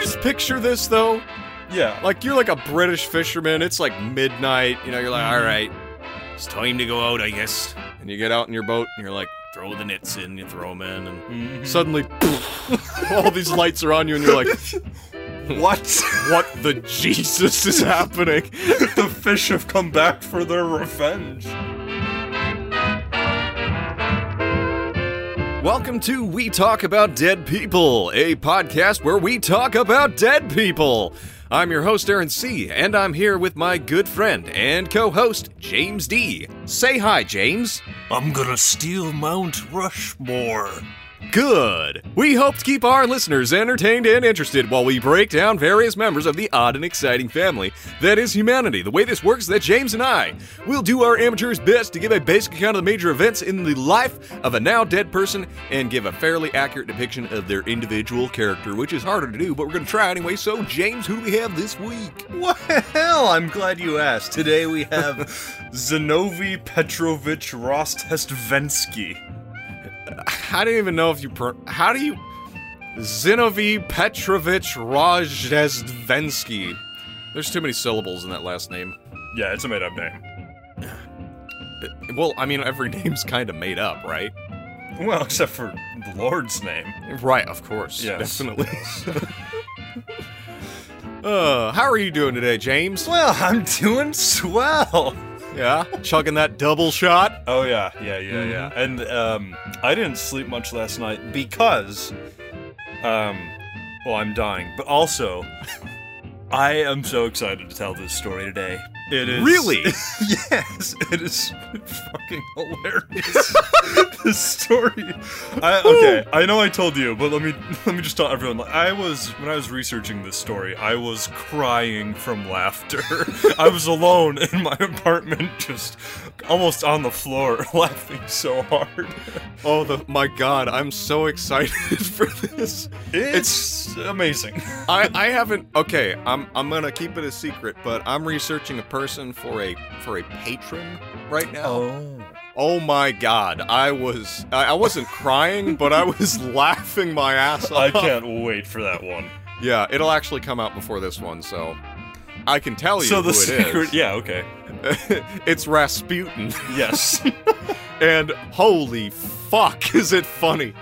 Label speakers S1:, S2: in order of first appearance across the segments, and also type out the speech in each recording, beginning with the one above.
S1: just picture this though?
S2: Yeah.
S1: Like you're like a British fisherman. It's like midnight. You know, you're like, all right, it's time to go out, I guess. And you get out in your boat and you're like, throw the nets in, you throw them in, and suddenly all these lights are on you and you're like,
S2: what?
S1: what the Jesus is happening?
S2: the fish have come back for their revenge.
S1: Welcome to We Talk About Dead People, a podcast where we talk about dead people. I'm your host, Aaron C., and I'm here with my good friend and co host, James D. Say hi, James.
S3: I'm gonna steal Mount Rushmore.
S1: Good. We hope to keep our listeners entertained and interested while we break down various members of the odd and exciting family that is humanity. The way this works is that James and I will do our amateur's best to give a basic account of the major events in the life of a now dead person and give a fairly accurate depiction of their individual character, which is harder to do, but we're going to try anyway. So, James, who do we have this week?
S2: Well, I'm glad you asked. Today we have Zinovi Petrovich Rosthestvensky.
S1: I don't even know if you. Pro- How do you. Zinovy Petrovich Rajestvensky. There's too many syllables in that last name.
S2: Yeah, it's a made up name.
S1: Well, I mean, every name's kind of made up, right?
S2: Well, except for the Lord's name.
S1: Right, of course.
S2: Yes.
S1: Definitely. uh, how are you doing today, James?
S2: Well, I'm doing swell.
S1: Yeah? Chugging that double shot?
S2: Oh yeah, yeah, yeah, yeah. And um, I didn't sleep much last night because, um, well, I'm dying, but also, I am so excited to tell this story today. It is
S1: Really?
S2: yes, it is fucking hilarious. this story. I, okay, I know I told you, but let me let me just tell everyone. like, I was when I was researching this story, I was crying from laughter. I was alone in my apartment, just almost on the floor, laughing so hard.
S1: Oh, the, my God. I'm so excited for this.
S2: It's, amazing.
S1: I, I haven't. Okay, I'm, I'm going to keep it a secret, but I'm researching a person for a for a patron right now.
S2: Oh.
S1: Oh my God. I was. I, I wasn't crying, but I was laughing my ass off.
S2: I can't wait for that one.
S1: Yeah, it'll actually come out before this one, so I can tell you
S2: So
S1: who
S2: the secret,
S1: it is.
S2: yeah, okay,
S1: it's Rasputin,
S2: yes.
S1: and holy fuck, is it funny?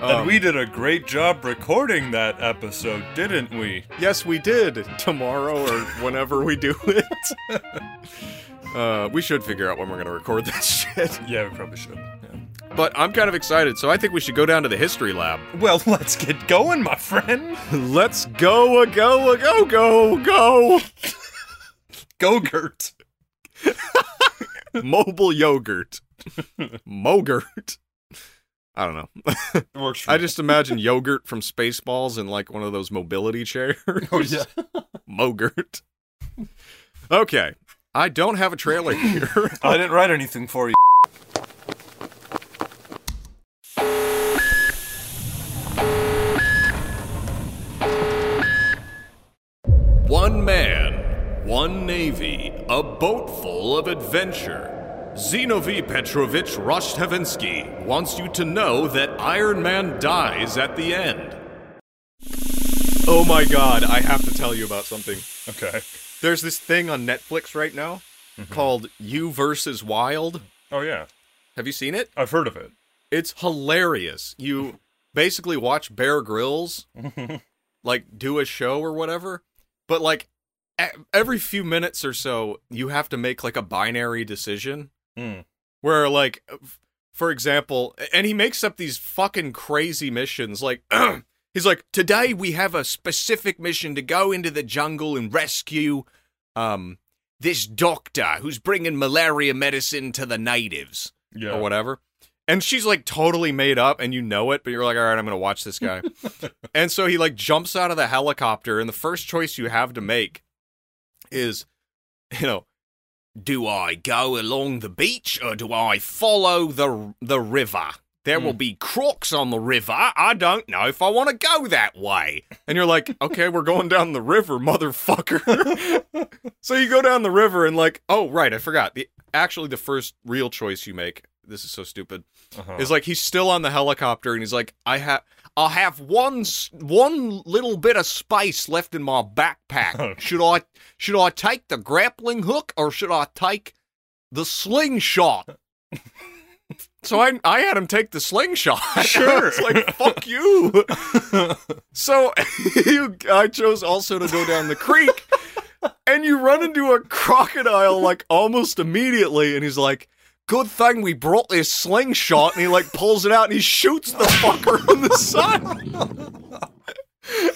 S1: Um,
S2: and we did a great job recording that episode, didn't we?
S1: yes, we did tomorrow or whenever we do it. uh, we should figure out when we're gonna record that shit.
S2: Yeah, we probably should.
S1: But I'm kind of excited, so I think we should go down to the history lab.
S2: Well, let's get going, my friend.
S1: Let's go, a go, a go, go, go.
S2: Go, Gert.
S1: Mobile yogurt, mogurt. I don't know.
S2: Works for
S1: I just imagine yogurt from Spaceballs in like one of those mobility chairs.
S2: Oh, yeah.
S1: Mogurt. Okay. I don't have a trailer here.
S2: I didn't write anything for you.
S1: One man, one navy, a boat full of adventure. Zinovy Petrovich Roshtevensky wants you to know that Iron Man dies at the end. Oh my god, I have to tell you about something.
S2: Okay.
S1: There's this thing on Netflix right now
S2: Mm-hmm.
S1: called You versus Wild.
S2: Oh yeah,
S1: Have you seen it?
S2: I've heard of it.
S1: It's hilarious. You basically watch Bear Grylls like do a show or whatever, but like e- every few minutes or so, you have to make like a binary decision
S2: Mm.
S1: where like f- for example, and he makes up these fucking crazy missions like he's like today we have a specific mission to go into the jungle and rescue um this doctor who's bringing malaria medicine to the natives
S2: Yeah.
S1: or whatever. And she's like totally made up and you know it, but you're like, all right, I'm going to watch this guy. and so he like jumps out of the helicopter, and the first choice you have to make is, you know, do I go along the beach or do I follow the the river? There will be crooks on the river. I don't know if I want to go that way. And you're like, okay, we're going down the river, motherfucker. so you go down the river and like, oh right, I forgot. The actually the first real choice you make this is so stupid.
S2: Uh-huh.
S1: Is like he's still on the helicopter and he's like, I have, I'll have one, s- one little bit of spice left in my backpack. should I, should I take the grappling hook or should I take the slingshot? so I, I had him take the slingshot.
S2: Sure.
S1: it's like fuck you. So you, I chose also to go down the creek, and you run into a crocodile like almost immediately, and he's like, "Good thing we brought this slingshot," and he like pulls it out and he shoots the fucker on the side,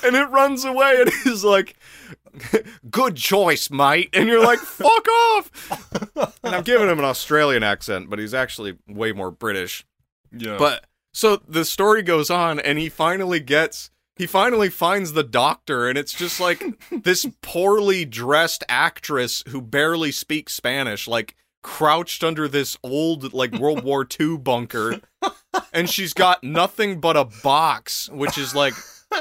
S1: and it runs away, and he's like. Good choice, mate. And you're like, fuck off. And I'm giving him an Australian accent, but he's actually way more British.
S2: yeah.
S1: But so the story goes on, and he finally gets. He finally finds the doctor, and it's just like this poorly dressed actress who barely speaks Spanish, like crouched under this old, like World War II bunker. And she's got nothing but a box, which is like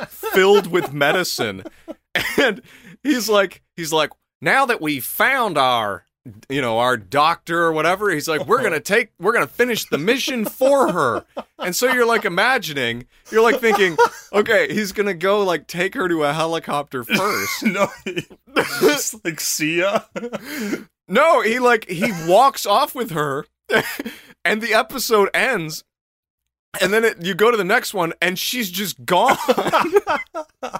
S1: filled with medicine. And he's like, he's like, now that we found our, you know, our doctor or whatever, he's like, we're going to take, we're going to finish the mission for her. And so you're like imagining, you're like thinking, okay, he's going to go like take her to a helicopter first.
S2: no, just like see ya.
S1: No, he like, he walks off with her and the episode ends. And then it, you go to the next one and she's just gone.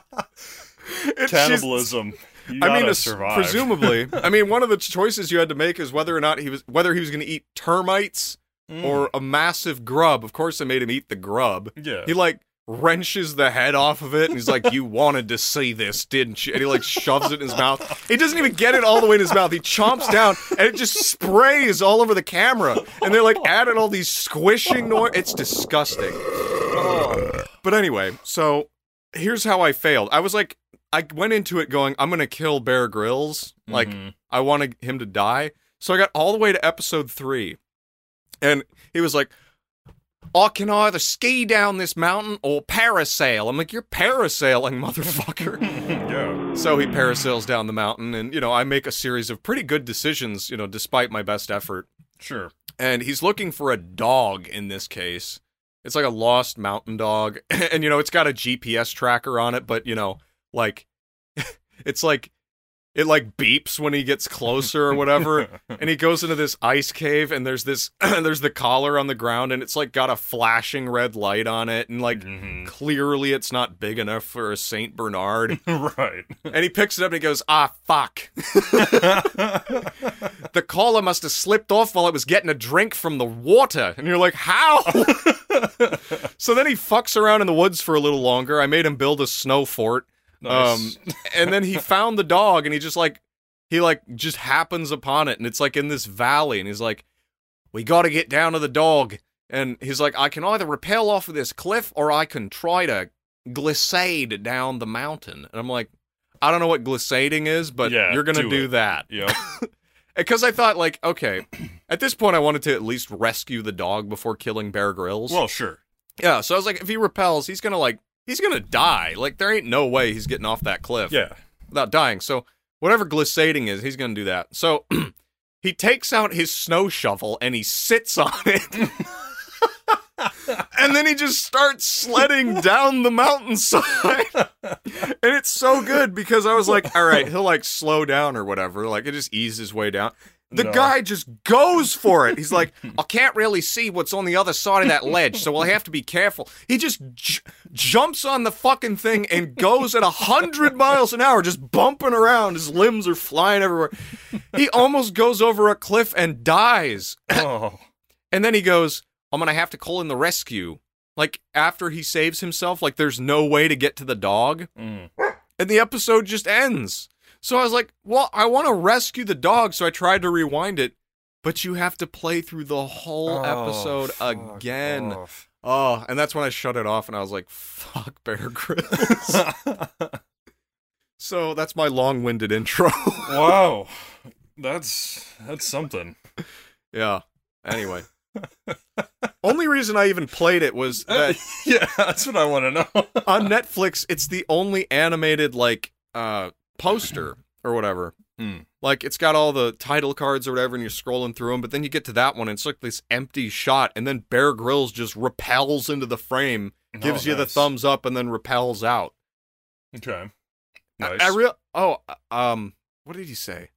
S1: It- she's-
S2: Cannibalism. You
S1: I mean,
S2: gotta
S1: as-
S2: survive.
S1: presumably. I mean, one of the choices you had to make is whether or not he was whether he was going to eat termites
S2: Mm.
S1: or a massive grub. Of course, they made him eat the grub.
S2: yeah.
S1: He like wrenches the head off of it and he's like, "You wanted to see this, didn't you?" And he like shoves it in his mouth. He doesn't even get it all the way in his mouth. He chomps down and it just sprays all over the camera. And they're like adding all these squishing noise. It's disgusting. But anyway, so here's how I failed. I was like, I went into it going, I'm gonna kill Bear Grylls. Like,
S2: Mhm.
S1: I wanted him to die. So I got all the way to episode three, and he was like, I can either ski down this mountain or parasail. I'm like, you're parasailing, motherfucker.
S2: yeah.
S1: so he parasails down the mountain, and, you know, I make a series of pretty good decisions, you know, despite my best effort.
S2: Sure.
S1: And he's looking for a dog in this case. It's like a lost mountain dog. and, you know, it's got a GPS tracker on it, but, you know, like, it's like, it like beeps when he gets closer or whatever and he goes into this ice cave and there's this there's the collar on the ground and it's like got a flashing red light on it and like
S2: Mhm.
S1: clearly it's not big enough for a saint bernard
S2: right.
S1: and he picks it up and he goes ah fuck the collar must have slipped off while it was getting a drink from the water and you're like how so then he fucks around in the woods for a little longer i made him build a snow fort Um,
S2: nice.
S1: and then he found the dog and he just like he like just happens upon it and it's like in this valley and he's like we got to get down to the dog and he's like i can either rappel off of this cliff or i can try to glissade down the mountain and i'm like i don't know what glissading is but
S2: Yeah,
S1: you're gonna
S2: do
S1: do,
S2: it.
S1: that
S2: yeah.
S1: because i thought like okay at this point i wanted to at least rescue the dog before killing bear grills
S2: Well, sure.
S1: yeah so i was like if he repels he's gonna like he's gonna die like there ain't no way he's getting off that cliff
S2: Yeah.
S1: without dying. So whatever glissading is, he's gonna do that. So he takes out his snow shovel and he sits on it. and then he just starts sledding down the mountainside. and it's so good because I was like, all right, he'll like slow down or whatever. Like it just ease his way down. The
S2: No.
S1: guy just goes for it. He's like, I can't really see what's on the other side of that ledge, so we'll have to be careful. He just j- jumps on the fucking thing and goes at 100 miles an hour, just bumping around. His limbs are flying everywhere. He almost goes over a cliff and dies.
S2: Oh.
S1: And then he goes, "Oh, I'm going to have to call in the rescue. Like, after he saves himself, like, there's no way to get to the dog.
S2: Mm.
S1: And the episode just ends. So I was like, well, I want to rescue the dog. So I tried to rewind it, but you have to play through the whole
S2: Oh,
S1: episode
S2: fuck
S1: again.
S2: off.
S1: Oh, and that's when I shut it off and I was like, fuck Bear Grylls. so that's my long winded intro.
S2: wow. That's that's something.
S1: yeah. Anyway. only reason I even played it was that
S2: yeah, that's what I want to know.
S1: on Netflix, it's the only animated like uh poster or whatever.
S2: Hmm.
S1: Like it's got all the title cards or whatever, and you're scrolling through them. But then you get to that one, and it's like this empty shot, and then Bear Grylls just repels into the frame, gives
S2: Oh,
S1: you the
S2: nice.
S1: thumbs up, and then repels out.
S2: Okay.
S1: I-
S2: Nice.
S1: I, real oh um what did he say?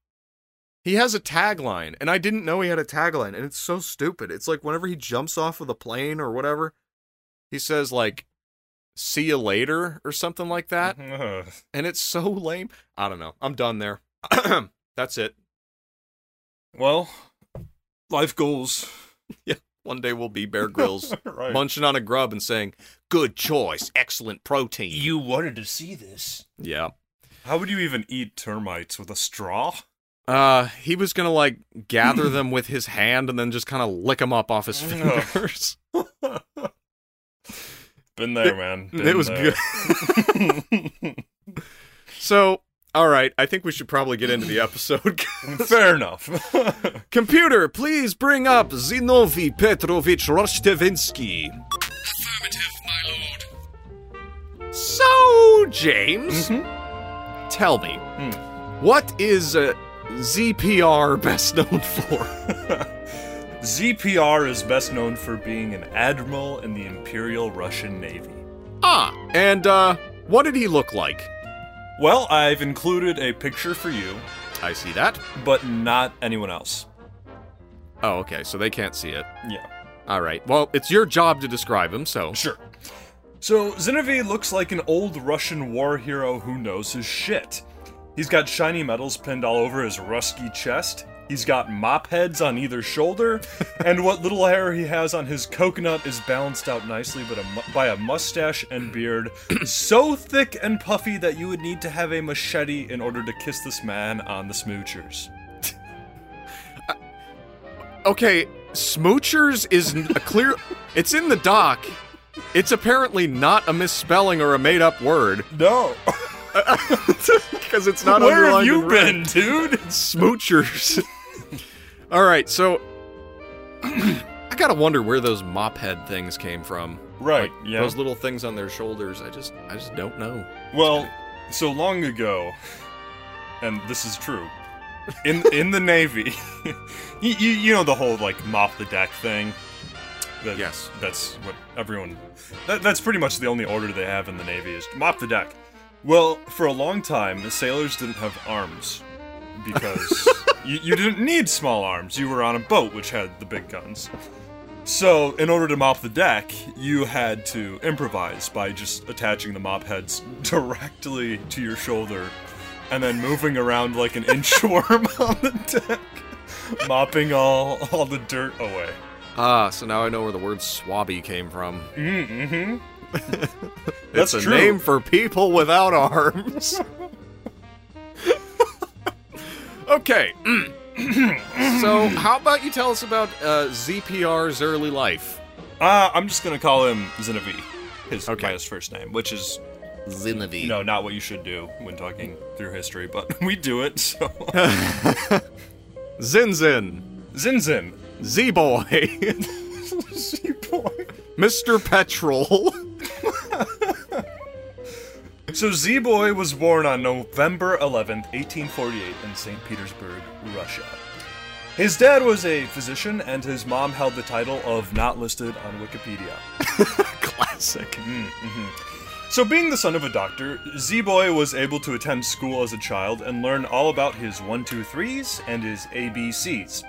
S1: He has a tagline, and I didn't know he had a tagline, and it's so stupid. It's like whenever he jumps off of the plane or whatever, he says like "see you later" or something like that,
S2: Uh,
S1: and it's so lame. I don't know. I'm done there. That's it.
S2: well, life goals.
S1: One day we'll be Bear Grylls
S2: right.
S1: munching on a grub and saying, "Good choice, excellent protein."
S3: wanted to see this.
S1: yeah.
S2: How would you even eat termites with a straw?
S1: Uh, he was gonna like gather them with his hand and then just kind of lick them up off his
S2: Ugh.
S1: fingers.
S2: Been there, man.
S1: it was
S2: good.
S1: So, all right, I think we should probably get into the episode.
S2: Fair enough.
S1: Computer, please bring up Zinovy Petrovich Roshtevinsky. Affirmative, my lord. So, James, tell me, what is uh, ZPR best known for?
S2: ZPR is best known for being an admiral in the Imperial Russian Navy.
S1: ah, and uh, what did he look like?
S2: Well, I've included a picture for you,
S1: I see that.
S2: but not anyone else.
S1: Oh, okay, so they can't see it.
S2: Yeah.
S1: All right. Well, it's your job to describe him, so.
S2: Sure. So, Zinovy looks like an old Russian war hero who knows his shit. He's got shiny medals pinned all over his rusty chest, he's got mop heads on either shoulder, and what little hair he has on his coconut is balanced out nicely but a mu- by a mustache and beard so thick and puffy that you would need to have a machete in order to kiss this man on the smoochers.
S1: Okay, smoochers is n- a clear. It's in the doc. It's apparently not a misspelling or a made-up word
S2: No!
S1: because it's not.
S2: Where have
S1: underlined
S2: you
S1: in red.
S2: been, dude?
S1: Smoochers. All right, so I gotta wonder where those mop head things came from.
S2: Right, yeah.
S1: Those little things on their shoulders. I just, I just don't know.
S2: Well, so long ago, and this is true, in in the Navy, you, you you know the whole like mop the deck thing. That-
S1: Yes.
S2: that's what everyone. That, that's pretty much the only order they have in the Navy is mop the deck. Well, for a long time, the sailors didn't have arms because you, you didn't need small arms. You were on a boat which had the big guns. So, in order to mop the deck, you had to improvise by just attaching the mop heads directly to your shoulder and then moving around like an inchworm on the deck, mopping all, all the dirt away.
S1: Ah, so now I know where the word swabby came from.
S2: Mm-hmm.
S1: It's
S2: That's
S1: a
S2: true.
S1: name for people without arms. okay. so, how about you tell us about uh, ZPR's early life?
S2: Uh, I'm just gonna call him Zinovy, his
S1: Okay.
S2: by his first name, which is
S1: Zinovy.
S2: you know not what you should do when talking through history, but we do it. So,
S1: Zinzin.
S2: Zinzin,
S1: Z Boy.
S2: Z-boy.
S1: Mr. Petrol.
S2: So Z-boy was born on November 11th, 1848, in Saint Petersburg, Russia. His dad was a physician, and his mom held the title of not listed on Wikipedia.
S1: Classic.
S2: So, being the son of a doctor, Z Boy was able to attend school as a child and learn all about his 123s and his ABCs.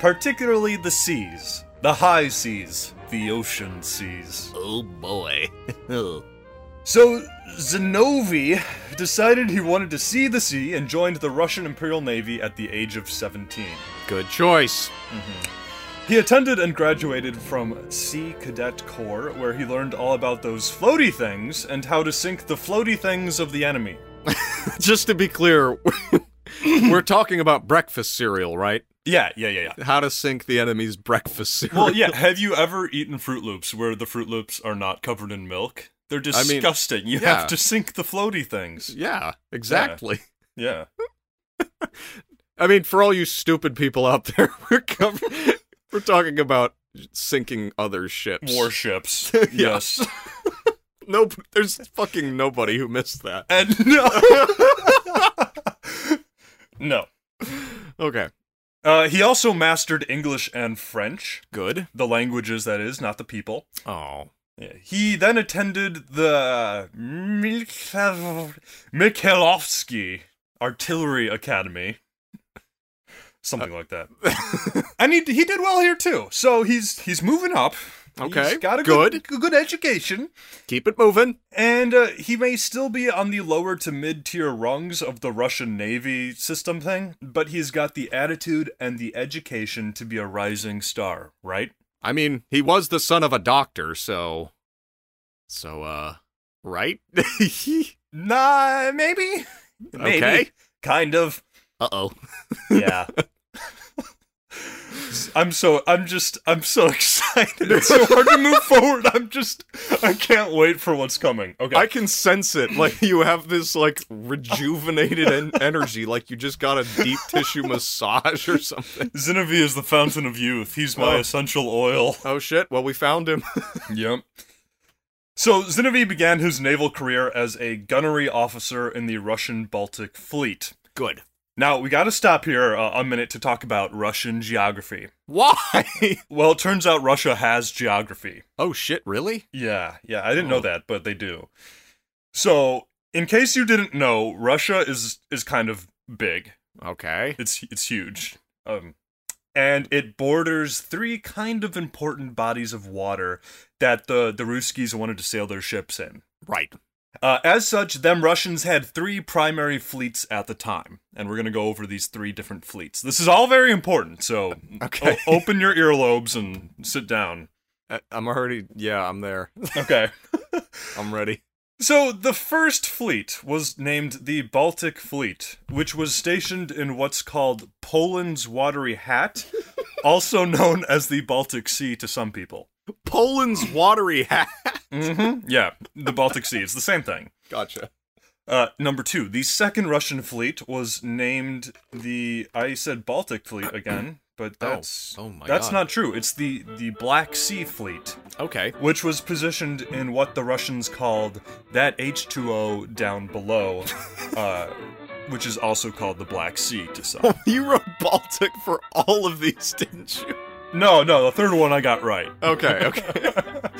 S2: Particularly the seas, the high seas, the ocean seas.
S1: Oh boy.
S2: So, Zinovi decided he wanted to see the sea and joined the Russian Imperial Navy at the age of 17.
S1: Good choice.
S2: He attended and graduated from Sea Cadet Corps, where he learned all about those floaty things and how to sink the floaty things of the enemy.
S1: Just to be clear, we're talking about breakfast cereal, right?
S2: Yeah, yeah, yeah, yeah.
S1: How to sink the enemy's breakfast cereal.
S2: Well, yeah. Have you ever eaten Fruit Loops where the Fruit Loops are not covered in milk? They're
S1: I mean,
S2: disgusting. you
S1: yeah.
S2: have to sink the floaty things.
S1: Yeah, exactly.
S2: Yeah.
S1: I mean, for all you stupid people out there, we're cov- we're talking about sinking other ships.
S2: Warships. Yes.
S1: No, there's fucking nobody who missed that.
S2: And no. no.
S1: Okay.
S2: Uh, he also mastered English and French,
S1: Good.
S2: the languages that is, not the people.
S1: Oh.
S2: Yeah. He then attended the Mikhail- Mikhailovsky Artillery Academy. Something like that. and he, he did well here too. So he's he's moving up.
S1: Okay.
S2: He's got a
S1: good.
S2: good, good education.
S1: Keep it moving.
S2: And uh, he may still be on the lower to mid tier rungs of the Russian Navy system thing, but he's got the attitude and the education to be a rising star, right?
S1: I mean, he was the son of a doctor, so so uh right?
S2: Nah, maybe. Maybe.
S1: Okay.
S2: Kind of.
S1: Uh-oh.
S2: Yeah. I'm so I'm just I'm so excited. It's so hard to move forward. I'm just I can't wait for what's coming. Okay.
S1: I can sense it. Like you have this like rejuvenated en- energy like you just got a deep tissue massage or something.
S2: Zinnovie is the fountain of youth. He's my
S1: Oh.
S2: essential oil.
S1: Oh shit. Well, we found him.
S2: Yep. So Zinoviev began his naval career as a gunnery officer in the Russian Baltic Fleet.
S1: Good.
S2: Now we got to stop here uh, a minute to talk about Russian geography.
S1: Why?
S2: Well, it turns out Russia has geography.
S1: Oh shit, really?
S2: Yeah, yeah, I didn't
S1: Oh.
S2: know that, but they do. So, in case you didn't know, Russia is is kind of big.
S1: Okay.
S2: It's it's huge. Um and it borders three kind of important bodies of water that the the Ruskies wanted to sail their ships in.
S1: Right.
S2: Uh, as such, them Russians had three primary fleets at the time, and we're going to go over these three different fleets. This is all very important, so
S1: Okay.
S2: o- open your earlobes and sit down.
S1: I- Oh, uh, I'm already yeah, I'm there.
S2: Okay.
S1: I'm ready.
S2: So the first fleet was named the Baltic Fleet, which was stationed in what's called Poland's Watery Hat, also known as the Baltic Sea to some people.
S1: Poland's watery hat.
S2: Mm-hmm. Yeah, the Baltic Sea. It's the same thing.
S1: Gotcha.
S2: Uh, number two, the second Russian fleet was named the I said Baltic fleet again, but that's
S1: oh my
S2: that's
S1: God.
S2: not true. It's the the Black Sea fleet,
S1: Okay.
S2: which was positioned in what the Russians called that H2O down below, uh, which is also called the Black Sea to some.
S1: You wrote Baltic for all of these, didn't you?
S2: no, no, the third one I got right.
S1: Okay, okay.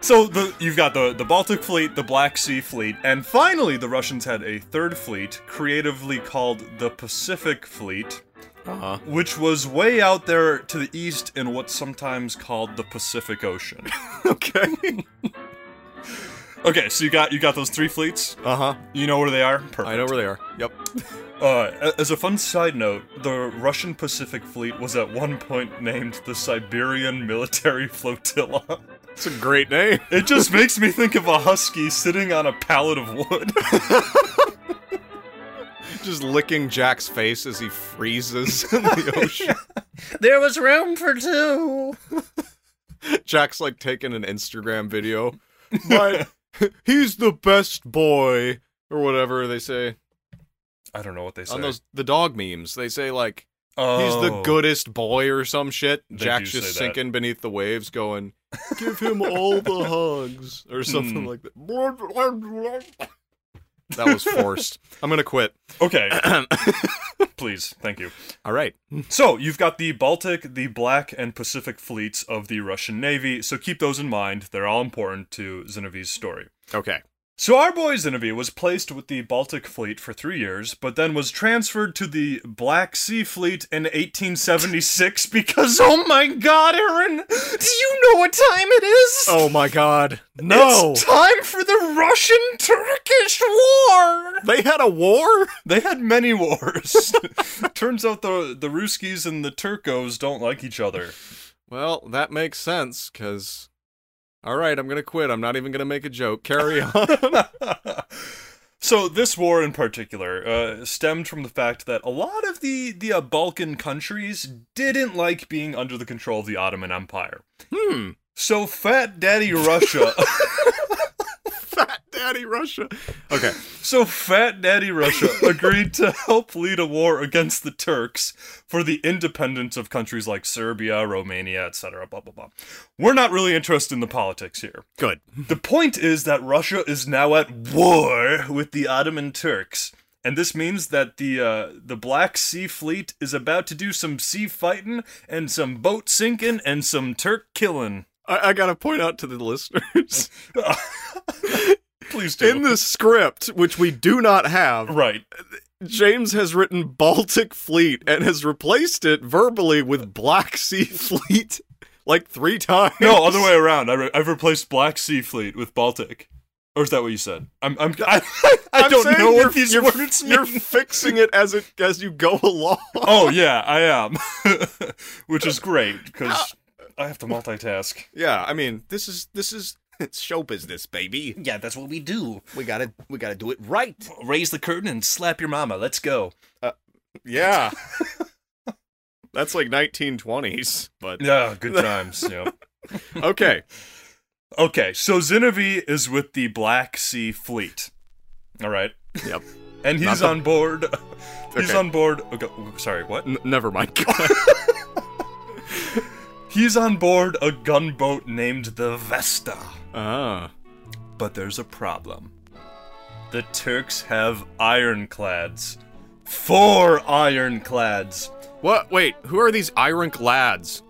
S2: So the you've got the the Baltic fleet, the Black Sea fleet, and finally the Russians had a third fleet, creatively called the Pacific fleet.
S1: Uh-huh.
S2: which was way out there to the east in what's sometimes called the Pacific Ocean.
S1: Okay.
S2: okay, so you got you got those three fleets.
S1: Uh-huh.
S2: You know where they are. Perfect.
S1: I know where they are. Yep.
S2: Uh, a- as a fun side note, the Russian Pacific Fleet was at one point named the Siberian Military Flotilla.
S1: It's a great name.
S2: It just makes me think of a husky sitting on a pallet of wood.
S1: Just licking Jack's face as he freezes in the ocean.
S2: there was room for two.
S1: Jack's like taking an Instagram video. But he's the best boy or whatever they say
S2: I don't know what they say.
S1: on those the dog memes. They say like
S2: oh.
S1: He's the goodest boy or some shit.
S2: They
S1: Jack's
S2: do
S1: just
S2: say that.
S1: sinking beneath the waves going, give him all the hugs or something
S2: Hmm.
S1: like that. That was forced. I'm going to quit.
S2: Okay, please, thank you.
S1: all right.
S2: So you've got the Baltic, the Black, and Pacific fleets of the Russian Navy. So keep those in mind; they're all important to Zinovie's story.
S1: Okay.
S2: So our boy Zinovie was placed with the Baltic fleet for three years, but then was transferred to the Black Sea fleet in 1876 because oh my God, Aaron, do you know what time it is?
S1: Oh my god. No.
S2: It's time for the Russian-Turkish War.
S1: they had a war?
S2: They had many wars. Turns out the the Ruskies and the Turcos don't like each other.
S1: Well, that makes sense cuz All right, I'm going to quit. I'm not even going to make a joke. Carry on.
S2: so this war in particular uh, stemmed from the fact that a lot of the the uh, Balkan countries didn't like being under the control of the Ottoman Empire.
S1: hmm.
S2: So Fat Daddy Russia,
S1: Fat Daddy Russia. Okay.
S2: so Fat Daddy Russia agreed to help lead a war against the Turks for the independence of countries like Serbia, Romania, etc. Blah blah blah. We're not really interested in the politics here.
S1: Good.
S2: The point is that Russia is now at war with the Ottoman Turks, and this means that the uh, the Black Sea Fleet is about to do some sea fighting and some boat sinking and some Turk killing.
S1: I, I gotta point out to the listeners
S2: Please do.
S1: in the script, which we do not have,
S2: right.
S1: James has written Baltic Fleet and has replaced it verbally with Black Sea Fleet like three times.
S2: No, other way around. I re- I've replaced Black Sea Fleet with Baltic. Or is that what you said? I'm, I'm, I, I
S1: I'm
S2: don't
S1: saying
S2: know
S1: you're-
S2: what these
S1: you're-
S2: words mean.
S1: You're fixing it as it as you go along.
S2: oh yeah, I am, which is great because
S1: Uh,
S2: I have to multitask.
S1: Yeah, I mean, this is this is it's show business, baby.
S3: Yeah, that's what we do.
S1: We gotta we gotta do it right.
S2: Raise the curtain and slap your mama. Let's go.
S1: Yeah. That's like 1920s, but
S2: Yeah, good times. yeah.
S1: okay.
S2: Okay, so Zinovie is with the Black Sea Fleet. All right,
S1: Yep.
S2: and
S1: Not
S2: he's
S1: the-
S2: on board. he's
S1: Okay.
S2: on board. Okay, w- sorry, what?
S1: N- never mind.
S2: He's on board a gunboat named the Vesta.
S1: ah.
S2: But there's a problem. The Turks have ironclads. Four ironclads.
S1: What? Wait, who are these Irunk lads?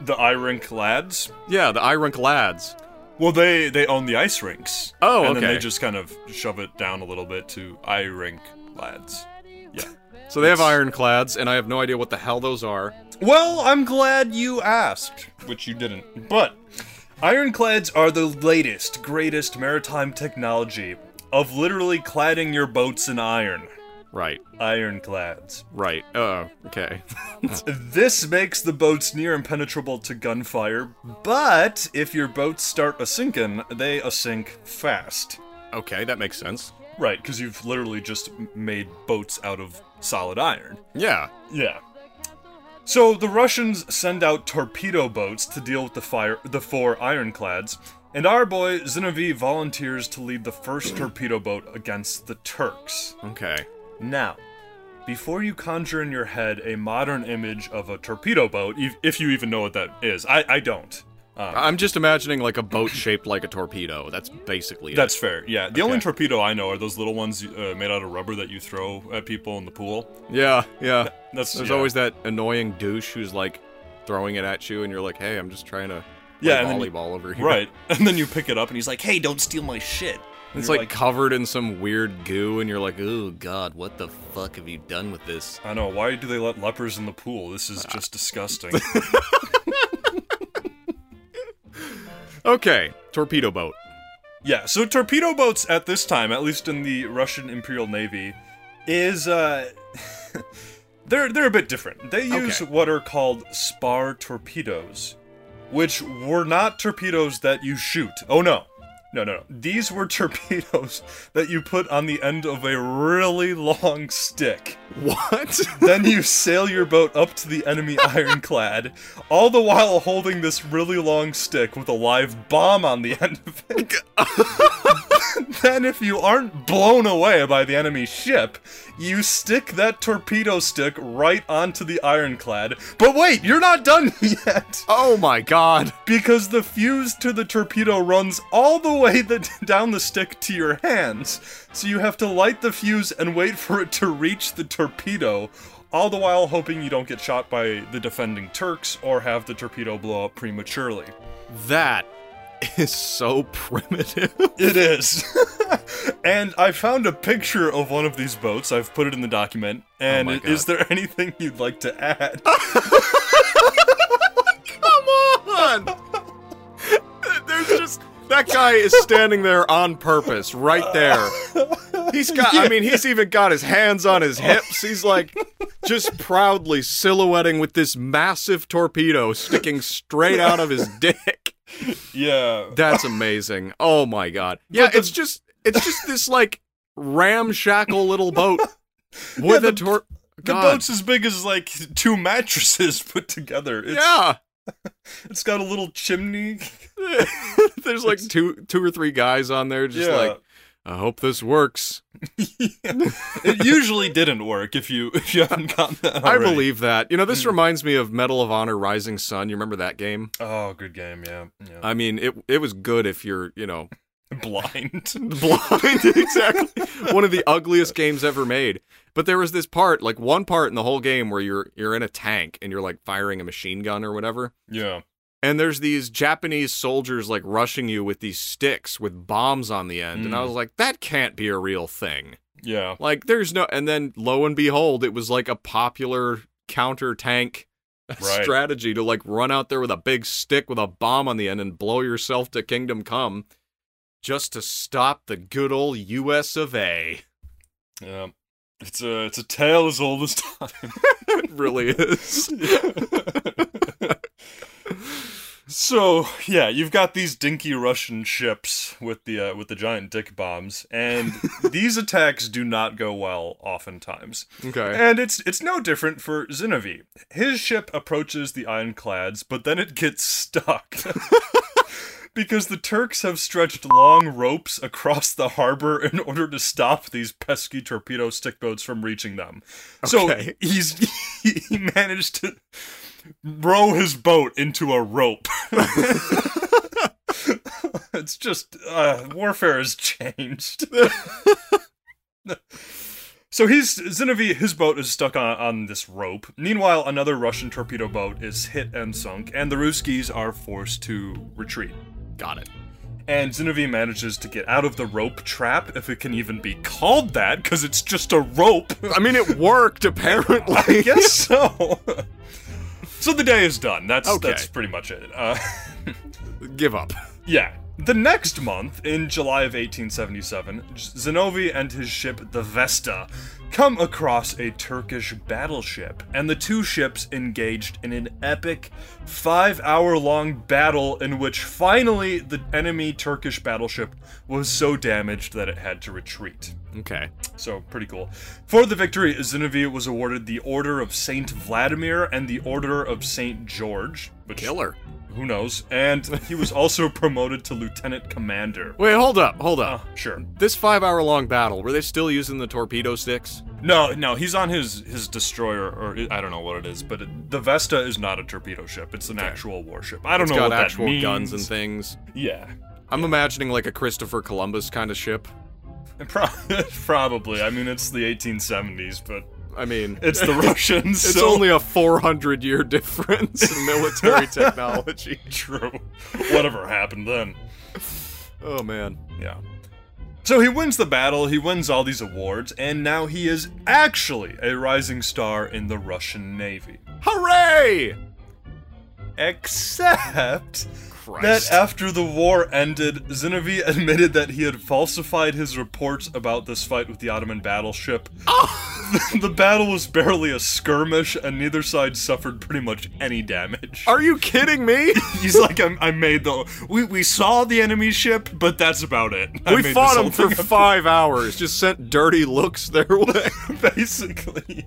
S2: The ironclads?
S1: Yeah, the Irunk lads.
S2: Well, they they own the ice rinks.
S1: Oh,
S2: and then
S1: okay.
S2: they just kind of shove it down a little bit to I rink lads. Yeah.
S1: So they have ironclads, and I have no idea what the hell those are.
S2: Well, I'm glad you asked, which you didn't. But ironclads are the latest, greatest maritime technology of literally cladding your boats in iron.
S1: Right,
S2: Ironclads.
S1: right. Oh, okay.
S2: This makes the boats near impenetrable to gunfire, but if your boats start a sinking, they a sink fast.
S1: Okay, that makes sense.
S2: Right, because you've literally just m- made boats out of solid iron.
S1: Yeah.
S2: Yeah. So the Russians send out torpedo boats to deal with the fire, the four ironclads, and our boy Zinoviev volunteers to lead the first torpedo boat against the Turks.
S1: Okay.
S2: Now, before you conjure in your head a modern image of a torpedo boat, if- if you even know what that is, I, I don't.
S1: I'm just imagining like a boat shaped like a torpedo. That's basically
S2: That's fair. Yeah, the only
S1: Okay.
S2: torpedo I know are those little ones uh, made out of rubber that you throw at people in the pool.
S1: it. Yeah, yeah.
S2: That's
S1: There's
S2: yeah.
S1: always that annoying douche who's like throwing it at you, and you're like, "Hey, I'm just trying to play
S2: Yeah, and then you-
S1: volleyball over here."
S2: right, and then you pick it up and he's like,
S3: Like, hey, don't steal my shit.
S1: It's
S2: You're
S1: like,
S2: like-
S1: covered in some weird goo, and you're like, "Oh God, what the fuck have you done with this?"
S2: I know. Why do they let lepers in the pool? This is just disgusting.
S1: Okay, torpedo boat.
S2: yeah. So torpedo boats at this time, at least in the Russian Imperial Navy, is uh, they're they're a bit different. They use
S1: Okay.
S2: what are called spar torpedoes, which were not torpedoes that you shoot. Oh no. No, no, no. These were torpedoes that you put on the end of a really long stick.
S1: What?
S2: then you sail your boat up to the enemy ironclad, all the while holding this really long stick with a live bomb on the end of it. then, if you aren't blown away by the enemy ship, you stick that torpedo stick right onto the ironclad. But wait, you're not done yet!
S1: oh my God.
S2: because the fuse to the torpedo runs all the way the, down the stick to your hands. So you have to light the fuse and wait for it to reach the torpedo, all the while hoping you don't get shot by the defending Turks or have the torpedo blow up prematurely.
S1: That is so primitive.
S2: It is. and I found a picture of one of these boats. I've put it in the document. And
S1: Oh my God. Ah!
S2: is there anything you'd like to add?
S1: Come on! There's just that guy is standing there on purpose, right there. He's got I mean, he's even got his hands on his hips. He's like just proudly silhouetting with this massive torpedo sticking straight out of his dick.
S2: yeah.
S1: That's amazing. Oh my god. Yeah, it's just it's just this like ramshackle little boat with
S2: Yeah,
S1: a
S2: the-
S1: tor
S2: The
S1: God.
S2: boat's as big as like two mattresses put together. It's
S1: yeah.
S2: It's got a little chimney.
S1: There's like two two or three guys on there just
S2: Yeah.
S1: like I hope this works.
S2: It usually didn't work if you if you haven't gotten that.
S1: I
S2: already.
S1: believe that. You know,
S2: Mm.
S1: this reminds me of Medal of Honor Rising Sun. You remember that game?
S2: Oh, good game. Yeah. yeah.
S1: I mean, it it was good if you're, you know,
S2: Blind.
S1: blind exactly one of the ugliest games ever made but there was this part like one part in the whole game where you're you're in a tank and you're like firing a machine gun or whatever
S2: Yeah.
S1: and there's these japanese soldiers like rushing you with these sticks with bombs on the end and i
S2: Mm.
S1: was like that can't be a real thing
S2: Yeah.
S1: like there's no and then lo and behold it was like a popular counter tank
S2: Right.
S1: strategy to like run out there with a big stick with a bomb on the end and blow yourself to kingdom come just to stop the good old US of A.
S2: Yeah. It's a it's a tale as old as time.
S1: It really is.
S2: so yeah, you've got these dinky Russian ships with the uh, with the giant dick bombs, and these attacks do not go well oftentimes.
S1: Okay.
S2: And it's it's no different for Zinoviev. His ship approaches the ironclads, but then it gets stuck. Because the Turks have stretched long ropes across the harbor in order to stop these pesky torpedo stick boats from reaching them. So
S1: Okay.
S2: he's he managed to row his boat into a rope. it's just uh, warfare has changed. So he's Zinoviev, his boat is stuck on, on this rope. Meanwhile, another Russian torpedo boat is hit and sunk, and the Ruskies are forced to retreat.
S1: Got it.
S2: And Zinoviev manages to get out of the rope trap, if it can even be called that, because it's just a rope.
S1: I mean it worked apparently.
S2: I guess so. so the day is done. That's
S1: Okay.
S2: that's pretty much it. Uh,
S1: Give up.
S2: yeah. The next month, in July of 1877, Zinovi and his ship, the Vesta, come across a Turkish battleship, and the two ships engaged in an epic five hour long battle in which finally the enemy Turkish battleship was so damaged that it had to retreat.
S1: Okay.
S2: So pretty cool. For the victory, Zinoviev was awarded the Order of Saint Vladimir and the Order of Saint George, which
S1: Killer.
S2: who knows? And he was also promoted to lieutenant commander.
S1: Wait, hold up, hold
S2: Uh,
S1: up.
S2: sure.
S1: This five hour long battle, were they still using the torpedo sticks?
S2: No, no, he's on his his destroyer, or I- I don't know what it is, but it, the Vesta is not a torpedo ship. It's an actual warship. I don't
S1: It's
S2: know
S1: got
S2: what
S1: actual
S2: that means.
S1: guns and things.
S2: Yeah,
S1: I'm imagining like a Christopher Columbus kind of ship.
S2: And pro- probably. I mean, it's the 1870s, but
S1: I mean
S2: it's the Russians.
S1: It's
S2: so-
S1: only a 400 year difference in military technology.
S2: true. Whatever happened then.
S1: Oh man.
S2: Yeah. So he wins the battle, he wins all these awards, and now he is actually a rising star in the Russian Navy.
S1: Hooray!
S2: Except
S1: Christ.
S2: that after the war ended, Zinoviev admitted that he had falsified his reports about this fight with the Ottoman battleship.
S1: Oh.
S2: the battle was barely a skirmish, and neither side suffered pretty much any damage.
S1: Are you kidding me?
S2: He's like, I'm, I made the. We, we saw the enemy ship, but that's about it. I made
S1: we
S2: this
S1: fought
S2: whole
S1: them for
S2: thing up."
S1: five hours, just sent dirty looks their way.
S2: Basically.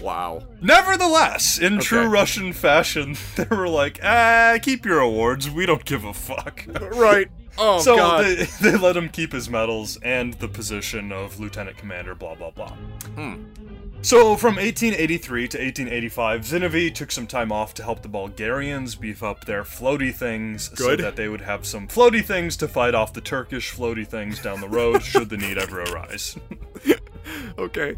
S1: wow.
S2: Nevertheless, in true
S1: Okay.
S2: Russian fashion, they were like, ah, keep your awards. We don't give a fuck.
S1: Right. Oh
S2: so
S1: god.
S2: They, they let him keep his medals and the position of lieutenant commander, blah, blah, blah.
S1: Hmm.
S2: So, from 1883 to 1885, Zinoviev took some time off to help the Bulgarians beef up their floaty things so
S1: Good.
S2: that they would have some floaty things to fight off the Turkish floaty things down the road should the need ever arise.
S1: Okay.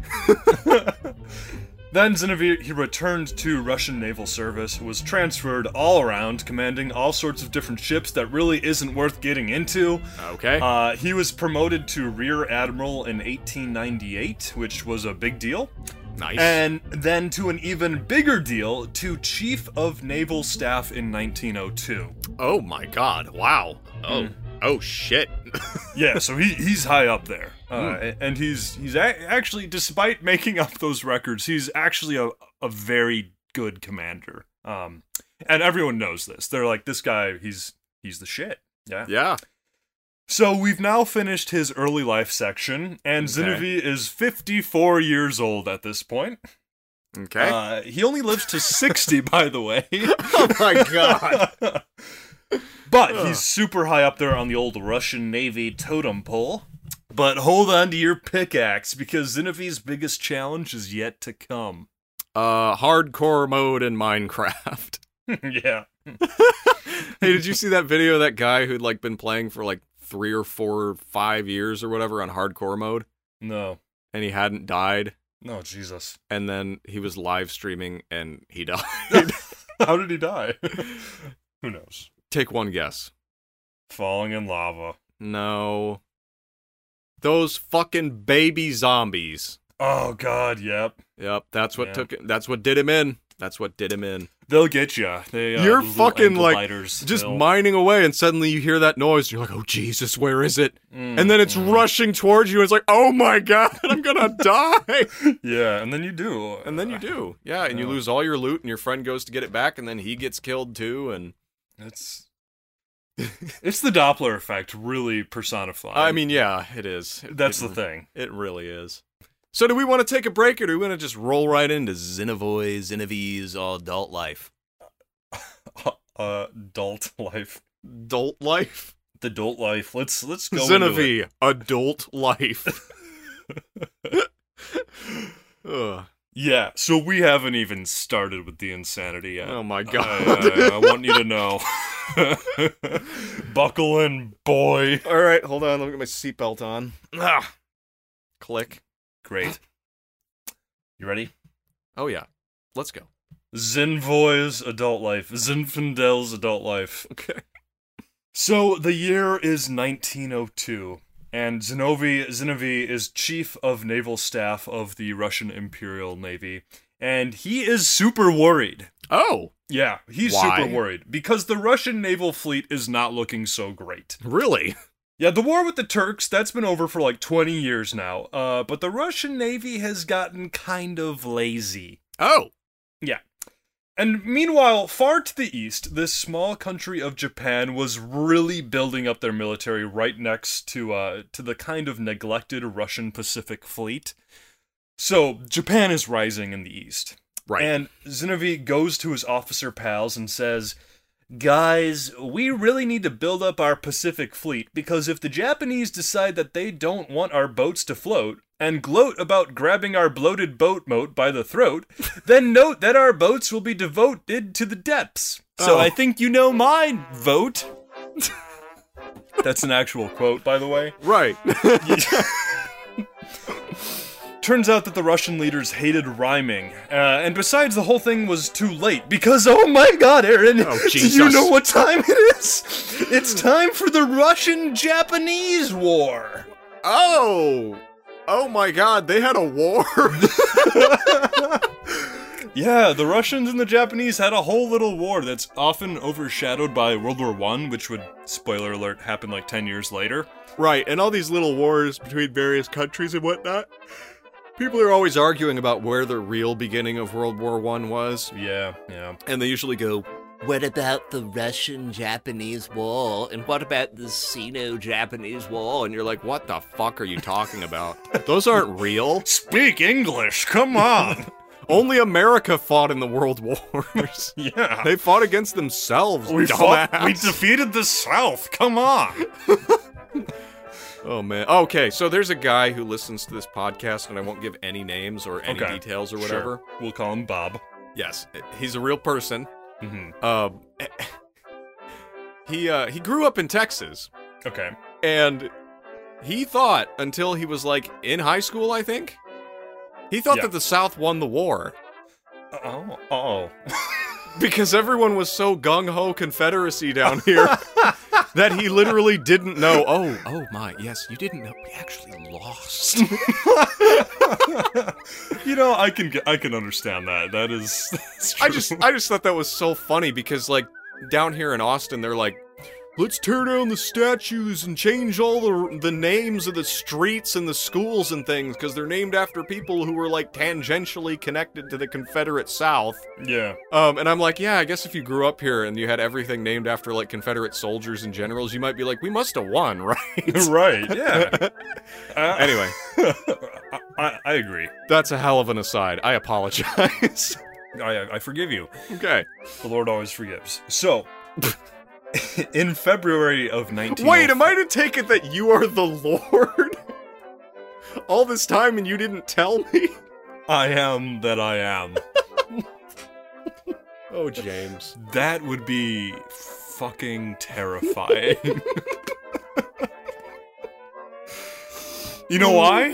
S2: Then Zinoviev he returned to Russian naval service, was transferred all around, commanding all sorts of different ships that really isn't worth getting into.
S1: Okay.
S2: Uh, he was promoted to rear admiral in 1898, which was a big deal,
S1: nice.
S2: and then to an even bigger deal to chief of naval staff in 1902.
S1: oh my god. Wow. Oh.
S2: Hmm.
S1: Oh shit.
S2: Yeah, so he, he's high up there, uh, and he's he's a- actually, despite making up those records, he's actually a a very good commander. Um, and everyone knows this. They're like, this guy, he's he's the shit. Yeah.
S1: yeah.
S2: So we've now finished his early life section, and
S1: Okay.
S2: Zinoviev is 54 years old at this point.
S1: Okay.
S2: Uh, he only lives to 60, by the way.
S1: oh my god.
S2: But he's super high up there on the old Russian Navy totem pole. But hold on to your pickaxe because Zinovie's biggest challenge is yet to come.
S1: Uh, hardcore mode in Minecraft.
S2: yeah.
S1: hey, did you see that video of that guy who'd like been playing for like three or four, five years or whatever on hardcore mode,
S2: No.
S1: and he hadn't died.
S2: No, Oh, Jesus.
S1: And then he was live streaming and he died.
S2: How did he die? Who knows?
S1: Take one guess.
S2: Falling in lava.
S1: No. Those fucking baby zombies.
S2: Oh God, yep.
S1: Yep, that's what
S2: Yeah.
S1: took it. That's what did him in. That's what did him in.
S2: They'll get you. They, uh,
S1: You're
S2: those little
S1: fucking,
S2: ankle
S1: like,
S2: biters,
S1: Just
S2: they'll-
S1: mining away, and suddenly you hear that noise, and you're like, "Oh Jesus, where is it?"
S2: Mm,
S1: And then it's
S2: mm.
S1: rushing towards you. It's like, "Oh my god, I'm gonna die!"
S2: Yeah, and then you do. Uh,
S1: And then you do, yeah, and you
S2: Yeah.
S1: lose all your loot, and your friend goes to get it back, and then he gets killed too. And
S2: It's it's the Doppler effect, really personified.
S1: I mean, yeah, it is. It-
S2: that's
S1: it,
S2: the thing.
S1: It really is. So, do we want to take a break, or do we want to just roll right into Xenovoy, Xenovies, all adult life?
S2: Uh, adult life,
S1: Adult life.
S2: the adult life. Let's let's go. into it.
S1: Xenophy, adult life. Ugh.
S2: Yeah. So we haven't even started with the insanity yet.
S1: Oh my
S2: I-
S1: god.
S2: I, I want you to know. Buckle in, boy.
S1: All right, hold on. Let me get my seatbelt on. Ah. Click.
S2: Great. You ready?
S1: Oh yeah. Let's go.
S2: Zinvoy's adult life. Zinfandel's adult life.
S1: Okay.
S2: So the year is 1902, and Zinovy Zinovy is chief of naval staff of the Russian Imperial Navy, and he is super worried.
S1: Oh,
S2: Yeah, he's
S1: Why?
S2: super worried because the Russian naval fleet is not looking so great.
S1: really?
S2: Yeah, the war with the Turks, that's been over for like 20 years now. Uh, but the Russian Navy has gotten kind of lazy.
S1: Oh.
S2: And meanwhile, far to the east, this small country of Japan was really building up their military right next to uh, to the kind of neglected Russian Pacific Fleet. So Japan is rising in the east.
S1: Right.
S2: And Zinovy goes to his officer pals and says, Guys, we really need to build up our Pacific fleet because if the Japanese decide that they don't want our boats to float and gloat about grabbing our bloated boat moat by the throat, then note that our boats will be devoted to the depths. So
S1: Oh.
S2: I think you know mine, vote. That's an actual quote, by the way.
S1: right.
S2: Turns out that the Russian leaders hated rhyming. Uh, and besides, the whole thing was too late because, oh my god, Aaron,
S1: Oh,
S2: do you
S1: Jesus.
S2: know what time it is? It's time for the Russian Japanese War.
S1: oh. Oh my god, they had a war.
S2: Yeah, the Russians and the Japanese had a whole little war that's often overshadowed by World War One, which would, spoiler alert, happen like 10 years later.
S1: right, and all these little wars between various countries and whatnot. People are always arguing about where the real beginning of World War One was,
S2: Yeah, yeah.
S1: and they usually go,
S3: What about the Russian Japanese War? And what about the Sino Japanese War?
S1: and you're like, what the fuck are you talking about? Those aren't real.
S2: Speak English, come on.
S1: Only America fought in the world wars.
S2: yeah.
S1: they fought against themselves.
S2: We
S1: dumbass.
S2: fought, we defeated the South. Come on.
S1: oh man. Okay, so there's a guy who listens to this podcast, and I won't give any names or any
S2: Okay,
S1: details or whatever.
S2: Sure. We'll call him Bob.
S1: Yes, eh, he's a real person.
S2: hmm
S1: Um, he uh, he grew up in Texas,
S2: Okay.
S1: and he thought until he was like in high school, I think. He thought
S2: Yeah.
S1: that the South won the war.
S2: Oh, oh.
S1: because everyone was so gung ho Confederacy down here that he literally didn't know. Oh, oh my, yes, you didn't know. We actually lost.
S2: you know, I can get, I can understand that. That is. That's true.
S1: I just, I just thought that was so funny because like down here in Austin, they're like. Let's tear down the statues and change all the the names of the streets and the schools and things because they're named after people who were like tangentially connected to the Confederate South.
S2: yeah.
S1: Um, and I'm like, yeah, I guess if you grew up here and you had everything named after like Confederate soldiers and generals, you might be like, we must have won, right?
S2: right. Yeah. Uh,
S1: anyway,
S2: I, I, I agree.
S1: that's a hell of an aside. I apologize.
S2: I I forgive you.
S1: okay.
S2: The Lord always forgives. So, in February of oh 19.
S1: Wait, am I to take it that you are the Lord? All this time and you didn't tell me?
S2: I am that I am.
S1: Oh, James.
S2: That would be fucking terrifying. You know why?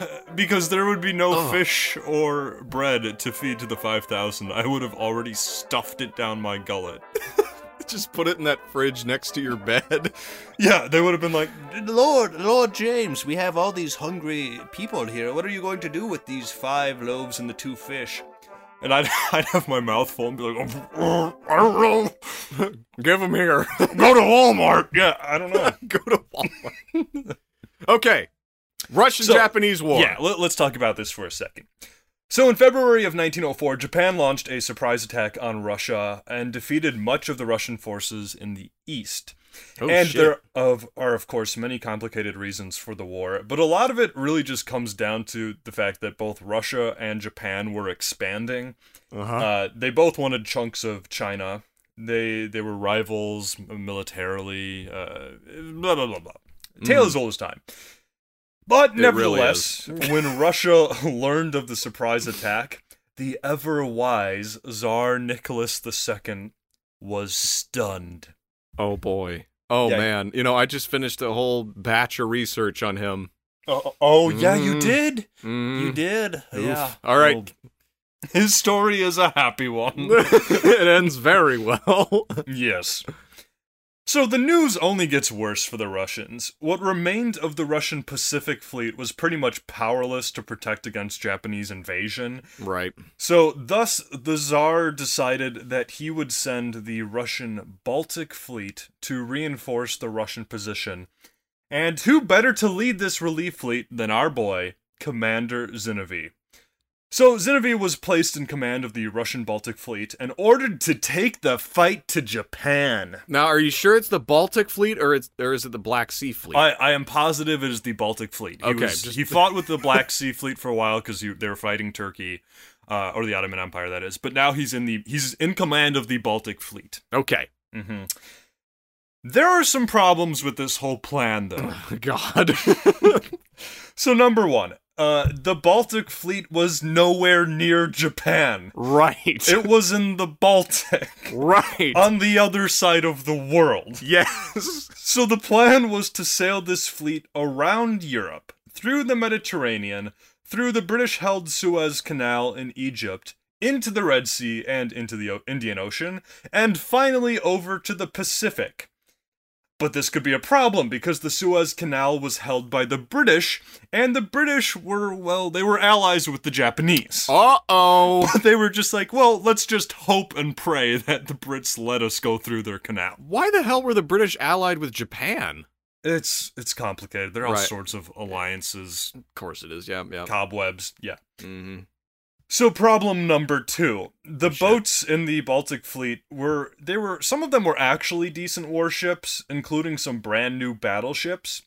S4: Mm.
S2: Because there would be no
S1: Ugh.
S2: fish or bread to feed to the 5,000. I would have already stuffed it down my gullet.
S1: Just put it in that fridge next to your bed.
S2: Yeah, they would have been like,
S4: Lord, Lord James, we have all these hungry people here. What are you going to do with these five loaves and the two fish?
S2: and I'd, I'd have my mouth full and be like, I don't know.
S1: Give them here.
S2: Go to Walmart. Yeah, I don't know.
S1: Go to Walmart. okay. Russian Japanese War.
S2: Yeah, let, us talk about this for a second. So, in February of 1904, Japan launched a surprise attack on Russia and defeated much of the Russian forces in the east.
S1: Oh,
S2: and
S1: shit.
S2: there of, are, of course, many complicated reasons for the war, but a lot of it really just comes down to the fact that both Russia and Japan were expanding.
S1: Uh-huh.
S2: Uh, they both wanted chunks of China. They they were rivals militarily. Uh, blah blah blah blah. Tale as old as time. But
S1: really
S2: nevertheless, when Russia learned of the surprise attack, the ever wise Tsar Nicholas II was stunned.
S1: Oh boy. Oh
S2: Yeah.
S1: man. You know, I just finished a whole batch of research on him.
S2: Oh, oh yeah, you
S1: Mm.
S2: did.
S1: Mm.
S2: You did. Yeah.
S1: All right.
S2: His story is a happy one.
S1: it ends very well.
S2: yes. So the news only gets worse for the Russians. What remained of the Russian Pacific Fleet was pretty much powerless to protect against Japanese invasion.
S1: right.
S2: So thus the Tsar decided that he would send the Russian Baltic Fleet to reinforce the Russian position. And who better to lead this relief fleet than our boy, Commander Zinoviev? So Zinoviev was placed in command of the Russian Baltic Fleet and ordered to take the fight to Japan.
S1: Now, are you sure it's the Baltic fleet or it's or is it the Black Sea fleet?
S2: I, I am positive it is the Baltic Fleet. He,
S1: Okay,
S2: was-
S1: just-
S2: he fought with the Black Sea Fleet for a while because they were fighting Turkey, uh, or the Ottoman Empire, that is. But now he's in the he's in command of the Baltic Fleet.
S1: okay.
S2: hmm There are some problems with this whole plan, though.
S1: God.
S2: so number one, uh, the Baltic Fleet was nowhere near Japan.
S1: right.
S2: It was in the Baltic,
S1: right.
S2: on the other side of the world.
S1: yes.
S2: So the plan was to sail this fleet around Europe, through the Mediterranean, through the British held Suez Canal in Egypt, into the Red Sea and into the o- Indian Ocean, and finally over to the Pacific. But this could be a problem because the Suez Canal was held by the British, and the British were, well, they were allies with the Japanese.
S1: Uh-oh.
S2: But they were just like, well, let's just hope and pray that the Brits let us go through their canal.
S1: Why the hell were the British allied with Japan?
S2: It's it's complicated. There are all
S1: Right.
S2: sorts of alliances,
S1: Of course it is. Yeah, yeah.
S2: cobwebs. Yeah.
S1: Mm-hmm.
S2: So problem number 2. The
S1: Oh, shit.
S2: boats in the Baltic fleet were they were some of them were actually decent warships, including some brand new battleships.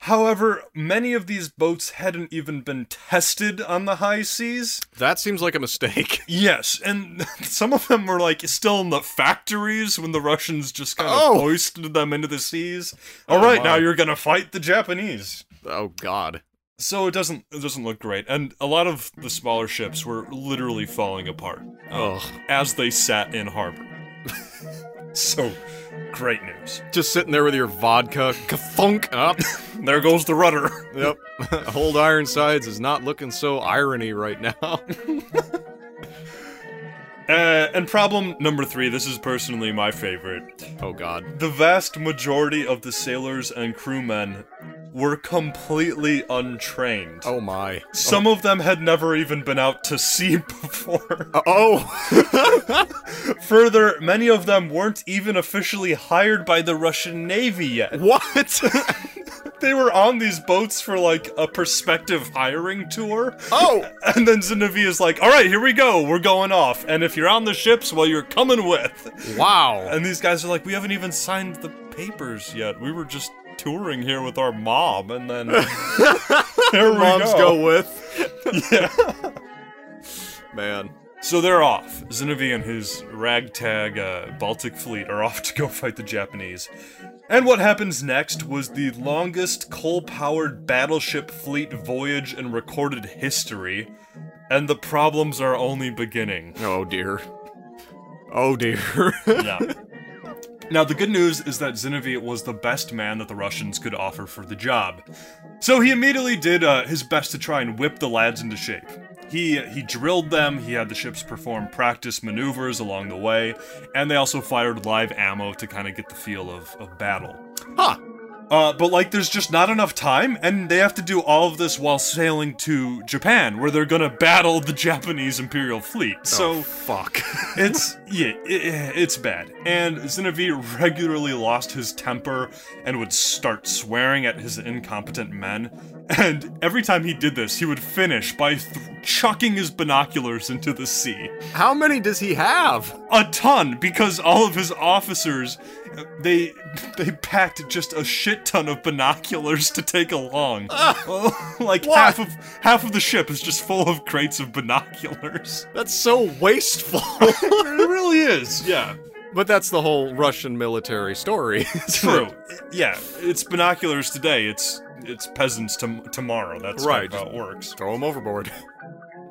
S2: However, many of these boats hadn't even been tested on the high seas.
S1: That seems like a mistake.
S2: Yes, and some of them were like still in the factories when the Russians just kind of
S1: Oh.
S2: hoisted them into the seas.
S1: Oh,
S2: All right,
S1: my.
S2: now you're going to fight the Japanese.
S1: Oh god.
S2: so it doesn't it doesn't look great and a lot of the smaller ships were literally falling apart
S1: Oh,
S2: as they sat in harbor so great news
S1: just sitting there with your vodka kafunk up.
S2: there goes the rudder
S1: yep. Old Ironsides is not looking so irony right now.
S2: uh, and problem number three this is personally my favorite
S1: Oh god.
S2: the vast majority of the sailors and crewmen were completely untrained
S1: Oh my.
S2: some of them had never even been out to sea before
S1: Oh.
S2: Further, many of them weren't even officially hired by the Russian Navy yet.
S1: what?
S2: They were on these boats for like a prospective hiring tour.
S1: oh.
S2: And then Zinoviev is like, all right, here we go. We're going off. And if you're on the ships, well, you're coming with.
S1: Wow.
S2: And these guys are like, we haven't even signed the papers yet. We were just touring here with our mom. And then here we
S1: Moms
S2: go.
S1: go with.
S2: Yeah.
S1: Man.
S2: So they're off. Zinoviev and his ragtag uh, Baltic fleet are off to go fight the Japanese. And what happens next was the longest coal powered battleship fleet voyage in recorded history, and the problems are only beginning.
S1: Oh dear. Oh dear.
S2: Yeah. Now, the good news is that Zinoviev was the best man that the Russians could offer for the job. So he immediately did uh, his best to try and whip the lads into shape. He, he drilled them, he had the ships perform practice maneuvers along the way, and they also fired live ammo to kind of get the feel of, of battle.
S1: Huh.
S2: Uh, but like, there's just not enough time, and they have to do all of this while sailing to Japan, where they're gonna battle the Japanese Imperial Fleet.
S1: Oh,
S2: So
S1: fuck.
S2: it's yeah, i i- it's bad. And Zinoviev regularly lost his temper and would start swearing at his incompetent men. And every time he did this, he would finish by th- chucking his binoculars into the sea
S1: How many does he have?
S2: a ton because all of his officers they they packed just a shit ton of binoculars to take along. like
S1: Why?
S2: half of half of the ship is just full of crates of binoculars.
S1: That's so wasteful.
S2: it really is. Yeah.
S1: but that's the whole Russian military story.
S2: True. yeah, it's binoculars today. It's it's peasants tom tomorrow. That's
S1: Right,
S2: kind of how it works.
S1: Throw him overboard.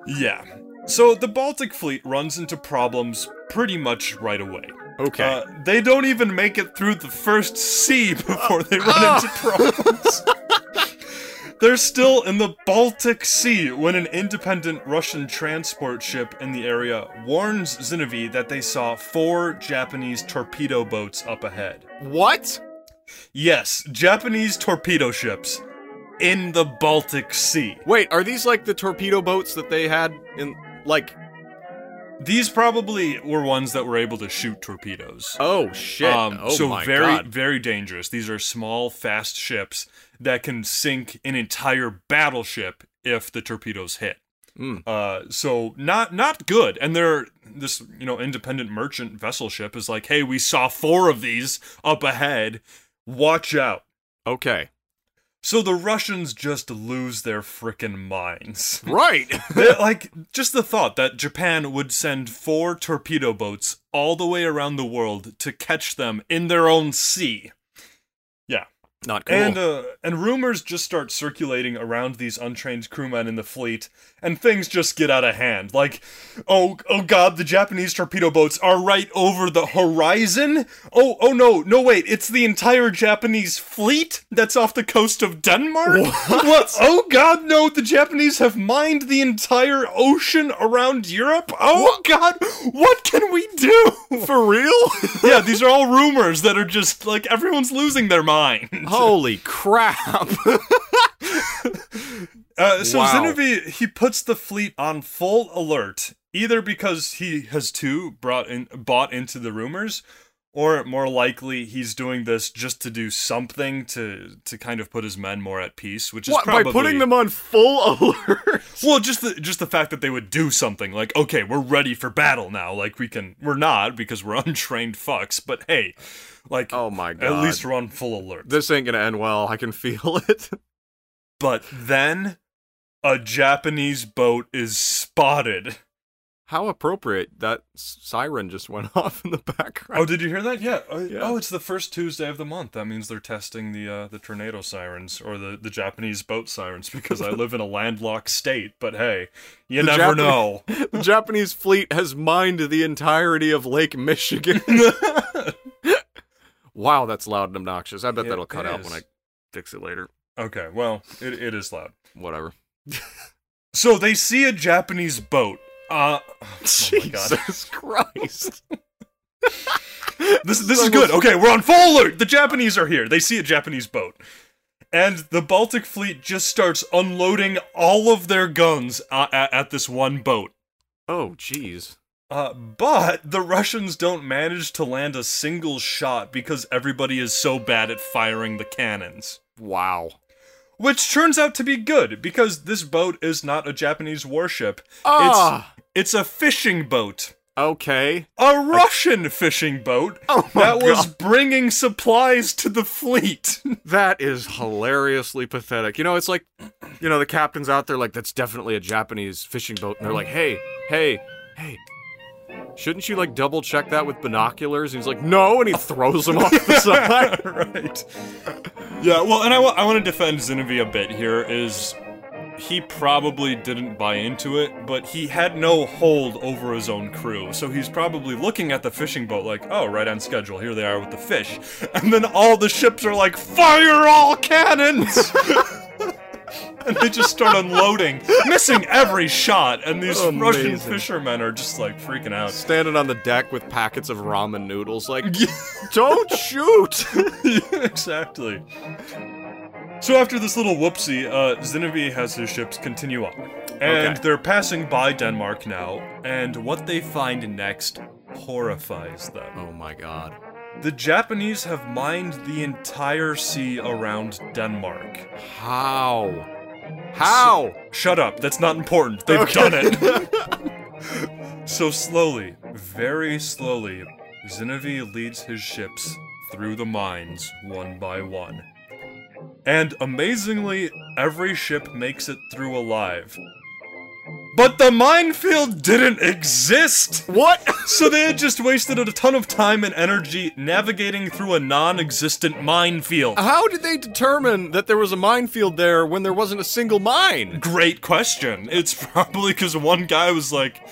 S2: Yeah. So the Baltic fleet runs into problems pretty much right away.
S1: Okay.
S2: Uh, they don't even make it through the first sea before they run into problems. They're still in the Baltic Sea when an independent Russian transport ship in the area warns Zinoviev that they saw four Japanese torpedo boats up ahead.
S1: what?
S2: Yes, Japanese torpedo ships in the Baltic Sea.
S1: Wait, are these like the torpedo boats that they had in like
S2: These probably were ones that were able to shoot torpedoes.
S1: Oh shit. oh
S2: Um, so
S1: my
S2: very,
S1: god.
S2: very dangerous. These are small, fast ships that can sink an entire battleship if the torpedoes hit.
S1: Mm.
S2: Uh, so not not good. And they're this you know independent merchant vessel ship is like, hey, we saw four of these up ahead. Watch out.
S1: Okay.
S2: So the Russians just lose their frickin' minds.
S1: Right.
S2: They- like just the thought that Japan would send four torpedo boats all the way around the world to catch them in their own sea. Yeah.
S1: Not cool.
S2: And uh, and rumors just start circulating around these untrained crewmen in the fleet, and things just get out of hand. Like, oh oh god, the Japanese torpedo boats are right over the horizon. Oh oh no no wait, it's the entire Japanese fleet that's off the coast of Denmark. What? Oh god no, the Japanese have mined the entire ocean around Europe. Oh god, what can we do?
S1: For real?
S2: yeah, these are all rumors that are just like everyone's losing their mind.
S1: Holy crap.
S2: Uh, so
S1: Wow.
S2: Zinoviev he puts the fleet on full alert, either because he has too brought in bought into the rumors, or more likely he's doing this just to do something to to kind of put his men more at peace, which is
S1: what,
S2: probably
S1: by putting them on full alert?
S2: well, just the just the fact that they would do something like, okay, we're ready for battle now. Like we can, we're not because we're untrained fucks. But hey, like
S1: Oh my god.
S2: at least we're on full alert.
S1: this ain't gonna end well. I can feel it.
S2: But then a Japanese boat is spotted.
S1: How appropriate that s- siren just went off in the background.
S2: Oh, did you hear that? Yeah. Uh,
S1: Yeah.
S2: Oh, it's the first Tuesday of the month. That means they're testing the uh, the tornado sirens or the, the Japanese boat sirens because I live in a landlocked state. But hey, you
S1: The
S2: never
S1: Japan-
S2: know.
S1: The Japanese fleet has mined the entirety of Lake Michigan. wow, that's loud and obnoxious. I bet
S2: It
S1: that'll cut out when I
S2: is.
S1: fix it later.
S2: okay, well, it, it is loud.
S1: Whatever.
S2: So they see a Japanese boat. Uh, oh my god.
S1: Jesus Christ.
S2: This, this is good. Okay, we're on full alert. The Japanese are here. They see a Japanese boat. And the Baltic fleet just starts unloading all of their guns uh, at, at this one boat.
S1: Oh, jeez.
S2: Uh, but the Russians don't manage to land a single shot because everybody is so bad at firing the cannons.
S1: Wow.
S2: Which turns out to be good because this boat is not a Japanese warship.
S1: Ah,
S2: It's a fishing boat.
S1: okay.
S2: A Russian fishing boat
S1: Oh my
S2: that was
S1: God.
S2: bringing supplies to the fleet.
S1: That is hilariously pathetic. You know, it's like, you know, the captain's out there like, that's definitely a Japanese fishing boat. And they're like, hey, hey, hey, shouldn't you like double check that with binoculars? And he's like, no. And he throws him off the side.
S2: right. Yeah, well, and I, wa- I want to defend Zinoviev a bit here is he probably didn't buy into it, but he had no hold over his own crew. So he's probably looking at the fishing boat like, oh, right on schedule, here they are with the fish. And then all the ships are like, fire all cannons! and they just start unloading, missing every shot. And these Russian
S1: Amazing.
S2: fishermen are just like freaking out.
S1: Standing on the deck with packets of ramen noodles, like, don't shoot!
S2: exactly. So after this little whoopsie, uh, Zinnevi has his ships continue on. And
S1: Okay.
S2: they're passing by Denmark now, and what they find next horrifies them.
S1: Oh my god.
S2: The Japanese have mined the entire sea around Denmark.
S1: How? How?
S2: Shut up, that's not important. They've
S1: Okay.
S2: done it. so slowly, very slowly, Zinovie leads his ships through the mines one by one. And amazingly, every ship makes it through alive. But the minefield didn't exist!
S1: What?
S2: So they had just wasted a ton of time and energy navigating through a non existent minefield.
S1: How did they determine that there was a minefield there when there wasn't a single mine?
S2: Great question. It's probably because one guy was like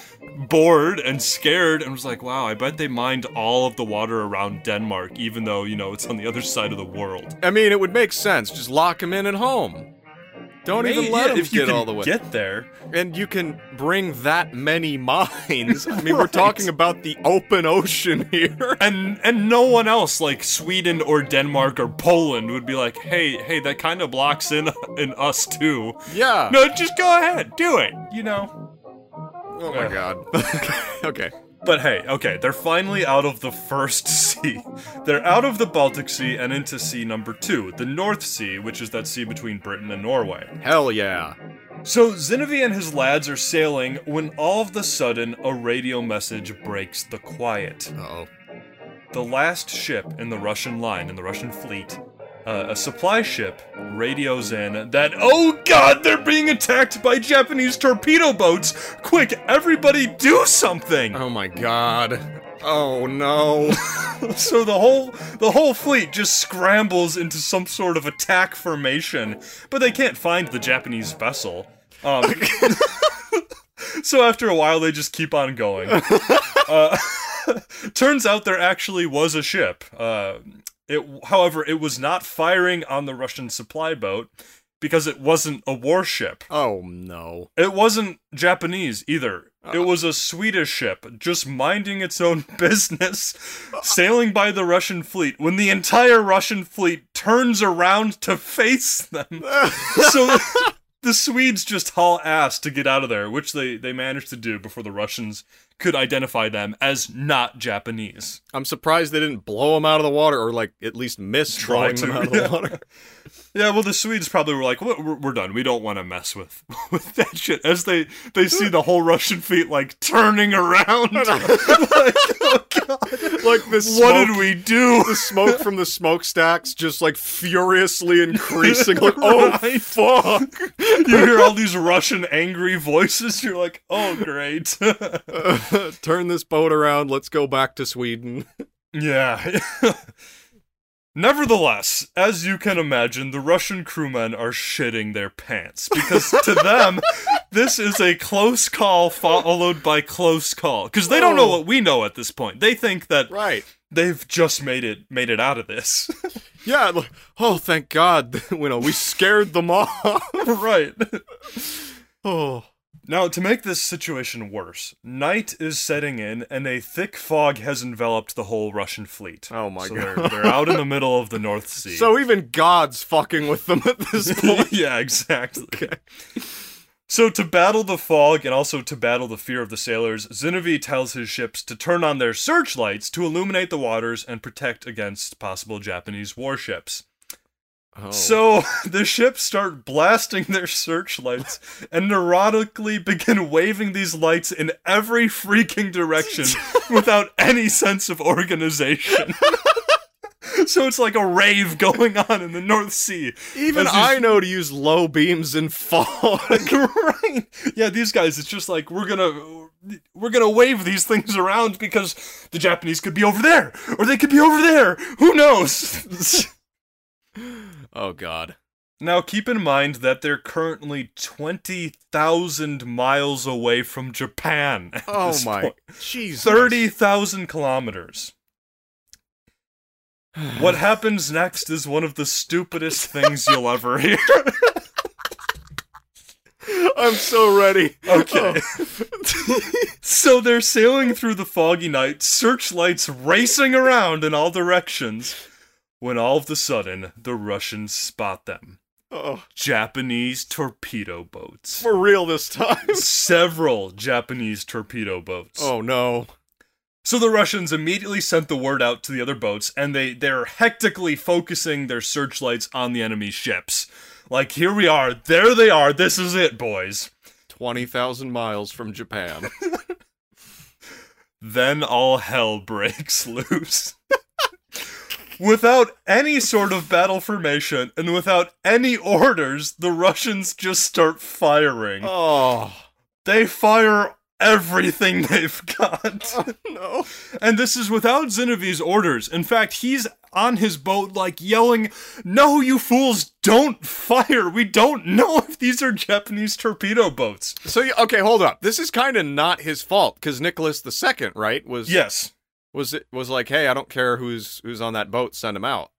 S2: bored and scared and was like, wow, I bet they mined all of the water around Denmark, even though, you know, it's on the other side of the world.
S1: I mean, it would make sense. Just lock them in at home. Don't even let them
S2: if you
S1: get
S2: can
S1: all the way.
S2: Get there.
S1: and you can bring that many mines. I mean, we're talking about the open ocean here.
S2: And and no one else like Sweden or Denmark or Poland would be like, hey, hey, that kind of blocks in in us too.
S1: Yeah.
S2: No, just go ahead, do it. You know.
S1: Oh my god. okay.
S2: But hey, okay, they're finally out of the first sea. They're out of the Baltic Sea and into sea number two, the North Sea, which is that sea between Britain and Norway.
S1: Hell yeah.
S2: So Zinovie and his lads are sailing when all of the sudden a radio message breaks the quiet.
S1: Uh-oh.
S2: The last ship in the Russian line, in the Russian fleet, uh, a supply ship radios in that, oh god, they're being attacked by Japanese torpedo boats! Quick, everybody do something!
S1: Oh my god. Oh no.
S2: So the whole the whole fleet just scrambles into some sort of attack formation, but they can't find the Japanese vessel. Um, so after a while, they just keep on going. Uh, turns out there actually was a ship. Uh, it, however, it was not firing on the Russian supply boat because it wasn't a warship.
S1: Oh no.
S2: It wasn't Japanese either. It was a Swedish ship just minding its own business, sailing by the Russian fleet when the entire Russian fleet turns around to face them. so the Swedes just haul ass to get out of there, which they, they managed to do before the Russians could identify them as not Japanese.
S1: I'm surprised they didn't blow them out of the water or like at least miss
S2: Try
S1: blowing them
S2: to,
S1: out of
S2: yeah.
S1: the water.
S2: Yeah, well, the Swedes probably were like, "We're, we're- we're done. We don't want to mess with with that shit." As they they see the whole Russian fleet like turning around, like, oh god,
S1: like the smoke,
S2: what did we do?
S1: the smoke from the smokestacks just like furiously increasing like oh
S2: Right.
S1: fuck
S2: You hear all these Russian angry voices. You're like, "Oh great,
S1: turn this boat around let's go back to sweden
S2: yeah." Nevertheless, as you can imagine, the Russian crewmen are shitting their pants because to them, this is a close call followed by close call because they don't know what we know at this point. They think that
S1: Oh. right
S2: they've just made it made it out of this
S1: yeah like, oh thank god you know we scared them off
S2: right
S1: oh
S2: now to make this situation worse night is setting in and a thick fog has enveloped the whole russian fleet
S1: Oh my
S2: so they're, they're out in the middle of the north sea
S1: so even god's fucking with them at this point
S2: yeah exactly so to battle the fog and also to battle the fear of the sailors zinovie tells his ships to turn on their searchlights to illuminate the waters and protect against possible japanese warships
S1: oh.
S2: So the ships start blasting their searchlights and neurotically begin waving these lights in every freaking direction without any sense of organization. so it's like a rave going on in the North Sea.
S1: even
S2: As these-
S1: i know to use low beams in fog
S2: right. Yeah, these guys, it's just like we're gonna we're gonna wave these things around because the Japanese could be over there, or they could be over there. Who knows?
S1: oh god
S2: Now, keep in mind that they're currently 20,000 miles away from Japan. at
S1: Oh
S2: this
S1: my,
S2: point.
S1: jeez,
S2: 30,000 kilometers. What happens next is one of the stupidest things you'll ever hear.
S1: I'm so ready.
S2: Okay. so they're sailing through the foggy night, searchlights racing around in all directions, when all of a sudden the Russians spot them.
S1: Oh, oh,
S2: Japanese torpedo boats.
S1: for real this time.
S2: Several Japanese torpedo boats.
S1: Oh no.
S2: So the Russians immediately sent the word out to the other boats, and they they're hectically focusing their searchlights on the enemy ships. Like here we are, there they are. This is it, boys.
S1: Twenty thousand miles from Japan.
S2: Then all hell breaks loose. without any sort of battle formation and without any orders, the Russians just start firing.
S1: Oh
S2: They fire everything they've got.
S1: Oh. no.
S2: And this is without Zinoviev's orders. In fact, he's on his boat, like yelling, No, you fools, don't fire. We don't know if these are Japanese torpedo boats.
S1: So you, okay, hold up. This is kind of not his fault because Nicholas II, right? Was
S2: Yes.
S1: was it was like, hey, I don't care who's who's on that boat, send him out.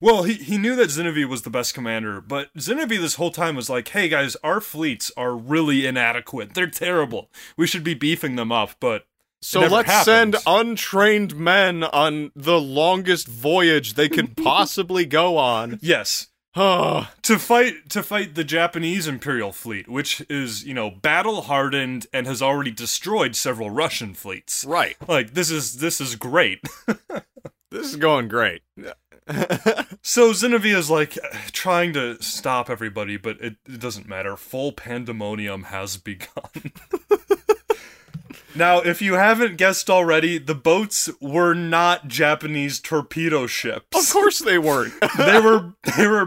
S2: Well, he, he knew that Zinoviev was the best commander, but Zinoviev this whole time was like, hey guys, our fleets are really inadequate. They're terrible. We should be beefing them up, but
S1: So
S2: never
S1: let's send
S2: happened.
S1: untrained men on the longest voyage they could possibly go on.
S2: yes.
S1: Oh,
S2: To fight to fight the Japanese Imperial fleet, which is, you know, battle hardened and has already destroyed several Russian fleets.
S1: right.
S2: Like this is this is great.
S1: This is going great.
S2: So Zinoviev is like trying to stop everybody, but it, it doesn't matter. Full pandemonium has begun. now, if you haven't guessed already, the boats were not Japanese torpedo
S1: Of
S2: ships.
S1: course they weren't.
S2: they were they were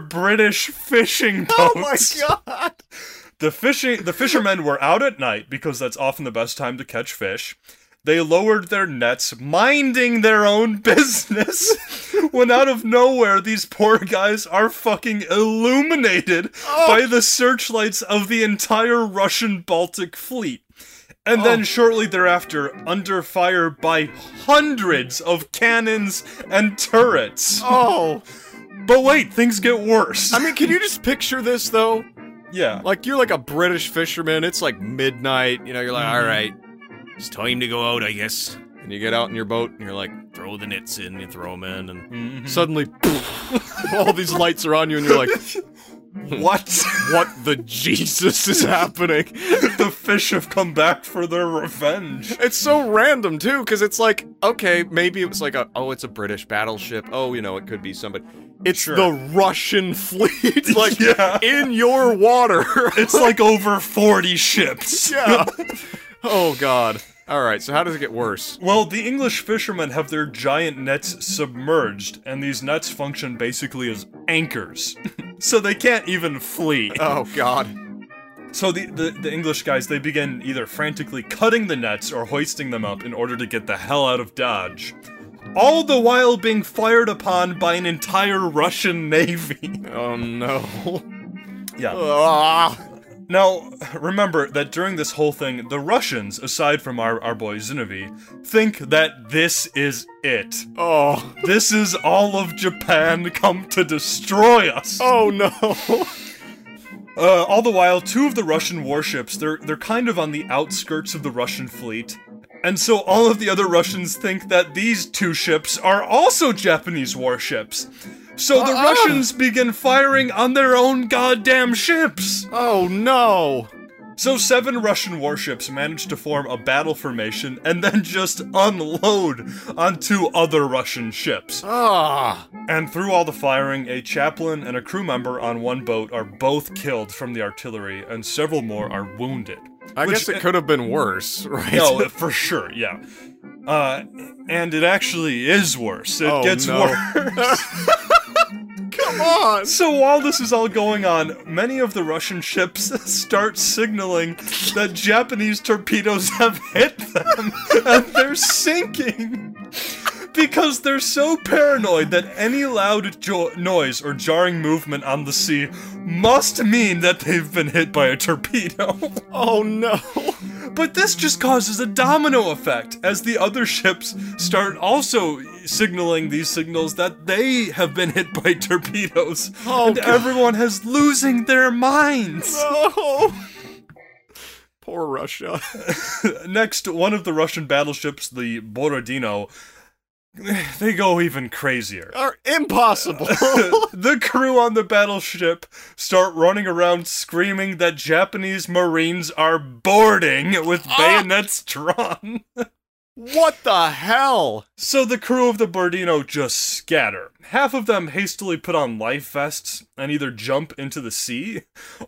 S2: British fishing
S1: Oh
S2: boats.
S1: god.
S2: The fishing the fishermen were out at night because that's often the best time to catch fish. They lowered their nets, minding their own business, when out of nowhere these poor guys are fucking illuminated by the searchlights of the entire Russian Baltic fleet. And then shortly thereafter, under fire by hundreds of cannons and turrets.
S1: Oh.
S2: But wait, things get worse.
S1: I mean, can you just picture this though?
S2: yeah.
S1: Like you're like a British fisherman. It's like midnight. You know, you're like, all right, Mm-hmm. it's time to go out, I guess. And you get out in your boat and you're like, throw the nets in, you throw them in, and suddenly, all these lights are on you, and you're like,
S2: What?
S1: what the Jesus is happening?
S2: the fish have come back for their revenge.
S1: It's so random too, because it's like, okay, maybe it was like a, oh, it's a British battleship. Oh, you know, it could be somebody. It's
S2: Sure.
S1: the Russian fleet, like
S2: Yeah.
S1: in your water.
S2: It's like over 40 ships.
S1: yeah. Oh God. All right. So how does it get worse?
S2: Well, the English fishermen have their giant nets submerged, and these nets function basically as anchors. so they can't even flee. Uh,
S1: Oh God.
S2: So the, the, the English guys, they begin either frantically cutting the nets or hoisting them up in order to get the hell out of Dodge. All the while being fired upon by an entire Russian navy.
S1: Oh no.
S2: yeah.
S1: Ah.
S2: Now, remember that during this whole thing, the Russians, aside from our, our boy Zinoviev, think that this is it.
S1: Oh.
S2: This is all of Japan come to destroy us.
S1: Oh no.
S2: Uh, all the while, two of the Russian warships, they're, they're kind of on the outskirts of the Russian fleet. And so all of the other Russians think that these two ships are also Japanese warships. So the
S1: Uh-uh.
S2: Russians begin firing on their own goddamn ships.
S1: Oh no.
S2: So, seven Russian warships managed to form a battle formation and then just unload on two other Russian ships.
S1: Ah.
S2: And through all the firing, a chaplain and a crew member on one boat are both killed from the artillery, and several more are wounded.
S1: I
S2: Which- uh,
S1: guess it could have been worse, right?
S2: No, for sure, yeah. Uh, and it actually is worse. It
S1: Oh,
S2: gets
S1: no.
S2: worse.
S1: Come on.
S2: So while this is all going on, many of the Russian ships start signaling that Japanese torpedoes have hit them and they're sinking. Because they're so paranoid that any loud jo- noise or jarring movement on the sea must mean that they've been hit by a torpedo.
S1: Oh no.
S2: but this just causes a domino effect as the other ships start also signaling these signals that they have been hit by torpedoes.
S1: Oh,
S2: and
S1: God.
S2: everyone is losing their minds.
S1: No. Poor Russia.
S2: Next, one of the Russian battleships, the Borodino, they go even crazier.
S1: Are impossible.
S2: the crew on the battleship start running around screaming that Japanese Marines are boarding with
S1: Ah!
S2: bayonets drawn.
S1: what the hell?
S2: So the crew of the Bardino just scatter. Half of them hastily put on life vests and either jump into the sea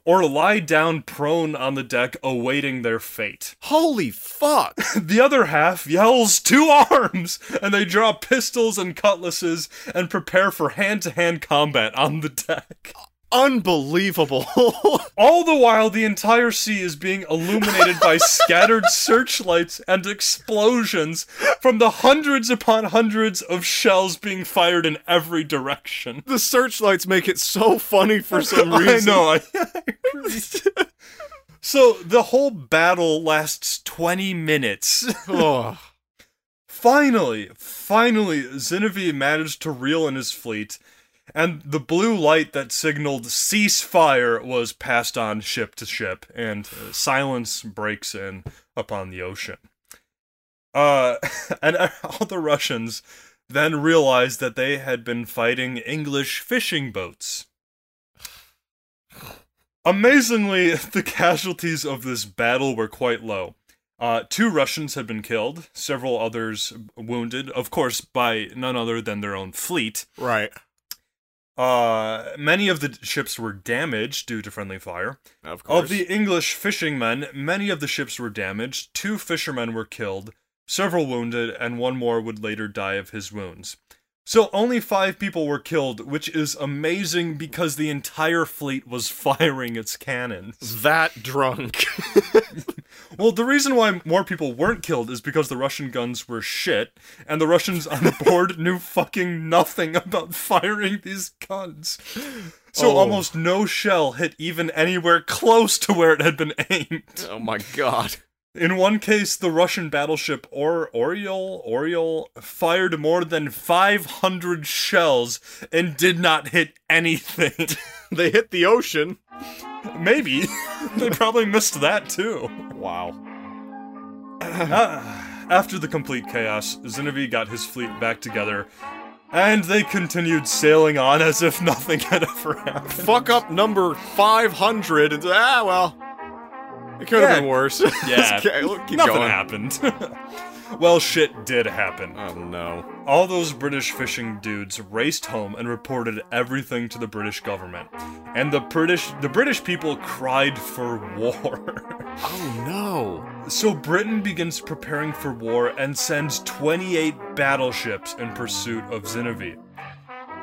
S2: or lie down prone on the deck awaiting their fate.
S1: Holy fuck.
S2: The other half yells two arms and they draw pistols and cutlasses and prepare for hand-to-hand combat on the deck.
S1: Unbelievable.
S2: All the while, the entire sea is being illuminated by scattered searchlights and explosions from the hundreds upon hundreds of shells being fired in every direction.
S1: the searchlights make it so funny for some reason.
S2: I know. I- so the whole battle lasts 20 minutes.
S1: Oh.
S2: Finally, finally, Zinovie managed to reel in his fleet, and the blue light that signaled ceasefire was passed on ship to ship, and uh, silence breaks in upon the ocean. Uh, and all the Russians then realized that they had been fighting English fishing boats. Amazingly, the casualties of this battle were quite low. Uh, two Russians had been killed, several others wounded, of course, by none other than their own fleet.
S1: Right.
S2: Uh, many of the ships were damaged due to friendly fire.
S1: Of course.
S2: Of the English fishing men, many of the ships were damaged. Two fishermen were killed, several wounded, and one more would later die of his wounds. So only five people were killed, which is amazing because the entire fleet was firing its cannons.
S1: that drunk.
S2: Well, the reason why more people weren't killed is because the Russian guns were shit, and the Russians on board knew fucking nothing about firing these guns. So
S1: Oh.
S2: almost no shell hit even anywhere close to where it had been aimed.
S1: oh my god.
S2: In one case, the Russian battleship or Oriole Oriole fired more than 500 shells and did not hit anything.
S1: They hit the ocean.
S2: Maybe they probably missed that too.
S1: Wow.
S2: Ah, after the complete chaos, Zinovie got his fleet back together, and they continued sailing on as if nothing had ever happened.
S1: Fuck up number 500 and ah well. It could have
S2: Yeah.
S1: been worse.
S2: Yeah.
S1: okay, look, keep
S2: nothing
S1: going.
S2: happened. well, shit did happen.
S1: Oh no.
S2: All those British fishing dudes raced home and reported everything to the British government, and the British the British people cried for war.
S1: Oh no.
S2: So Britain begins preparing for war and sends 28 battleships in pursuit of Zinovie.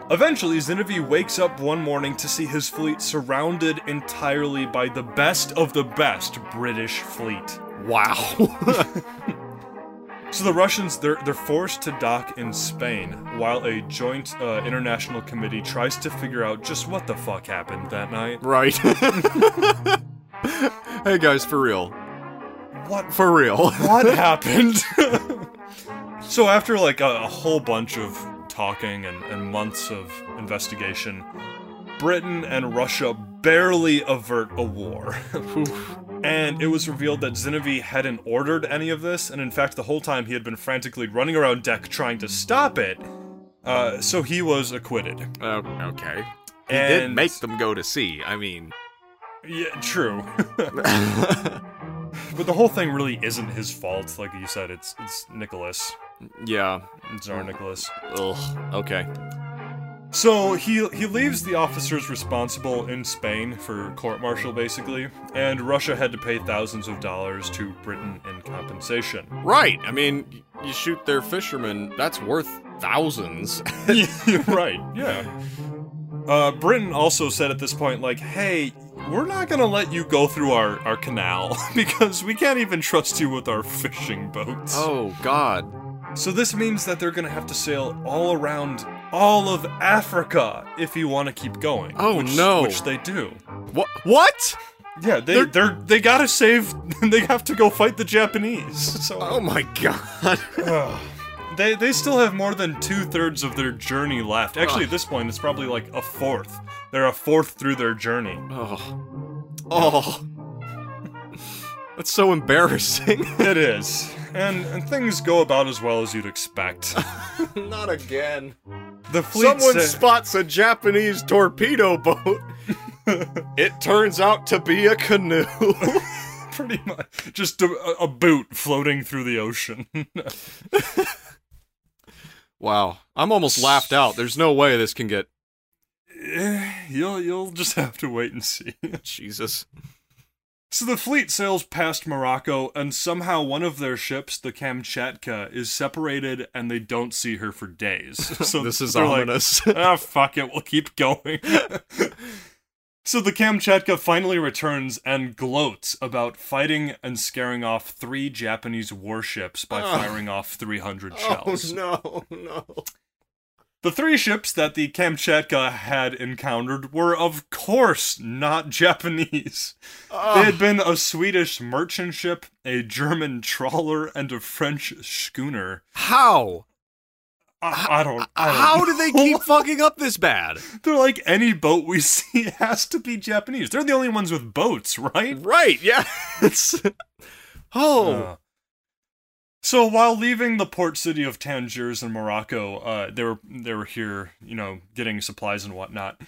S2: Eventually, Zinovie wakes up one morning to see his fleet surrounded entirely by the best of the best British fleet.
S1: Wow.
S2: So the Russians they're they're forced to dock in Spain while a joint uh, international committee tries to figure out just what the fuck happened that night.
S1: right. hey guys, for real.
S2: What
S1: For real.
S2: what happened? so after like a, a whole bunch of talking and, and months of investigation, Britain and Russia barely avert a war. and it was revealed that Zinovie hadn't ordered any of this, and in fact, the whole time he had been frantically running around deck trying to stop it. Uh, so he was acquitted.
S1: Oh, okay. He did
S2: and
S1: make them go to sea. I mean,
S2: Yeah, true. but the whole thing really isn't his fault. Like you said, it's it's Nicholas.
S1: yeah.
S2: Tsar Nicholas.
S1: Ugh. Okay.
S2: So he he leaves the officers responsible in Spain for court martial basically, and Russia had to pay thousands of dollars to Britain in compensation.
S1: Right. I mean, y- you shoot their fishermen, that's worth thousands.
S2: right. Yeah. Uh, Britain also said at this point, like, hey, we're not gonna let you go through our, our canal because we can't even trust you with our fishing boats.
S1: oh, God.
S2: So this means that they're gonna have to sail all around all of Africa if you want to keep going.
S1: Oh,
S2: which,
S1: no.
S2: Which they do.
S1: What? What?
S2: Yeah, they
S1: They're-
S2: they're, they're they gotta save. they have to go fight the Japanese. So
S1: Oh my god.
S2: Ugh. they they still have more than two thirds of their journey left. Actually, at this point, it's probably like a fourth. They're a fourth through their journey.
S1: Oh. Oh. That's so embarrassing.
S2: It is, and and things go about as well as you'd expect.
S1: Not again.
S2: The fleet.
S1: Someone
S2: sa-
S1: spots a Japanese torpedo boat. it turns out to be a canoe.
S2: pretty much just a, a boot floating through the ocean.
S1: wow. I'm almost laughed out. There's no way this can get.
S2: Eh, you'll you'll just have to wait and see.
S1: Jesus.
S2: So the fleet sails past Morocco, and somehow one of their ships, the Kamchatka, is separated, and they don't see her for days. So
S1: This is
S2: they're like,
S1: ominous.
S2: ah, fuck it, we'll keep going. so the Kamchatka finally returns and gloats about fighting and scaring off three Japanese warships by
S1: Ah.
S2: firing off 300 shells.
S1: oh, no, no.
S2: The three ships that the Kamchatka had encountered were, of course, not Japanese. They had been a Swedish merchant ship, a German trawler, and a French schooner.
S1: How?
S2: I, I don't. I don't
S1: How
S2: know.
S1: do they keep fucking up this bad?
S2: They're like any boat we see has to be Japanese. They're the only ones with boats, right?
S1: Right, yeah. It's. Oh.
S2: Uh, so while leaving the port city of Tangiers in Morocco, uh, they were they were here, you know, getting supplies and whatnot.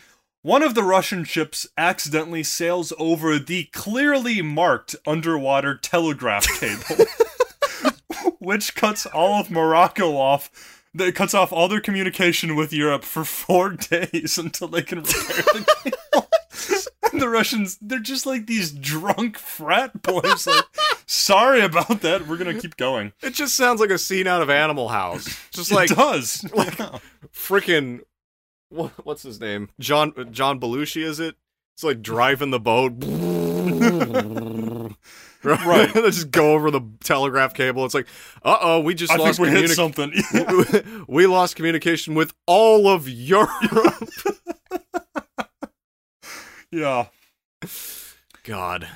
S2: One of the Russian ships accidentally sails over the clearly marked underwater telegraph cable, which cuts all of Morocco off. That cuts off all their communication with Europe for four days until they can repair the cable. and the Russians, they're just like these drunk frat boys. Like, sorry about that. We're gonna keep going.
S1: It just sounds like a scene out of Animal House. Just like
S2: it does.
S1: like-
S2: Yeah.
S1: freaking wha- what's his name? John John Belushi is it? It's like driving the boat. right.
S2: Right.
S1: they just go over the telegraph cable. It's like, "Uh-oh, we just
S2: I think
S1: lost
S2: we hit
S1: communication.
S2: something.
S1: we lost communication with all of Europe."
S2: yeah.
S1: God.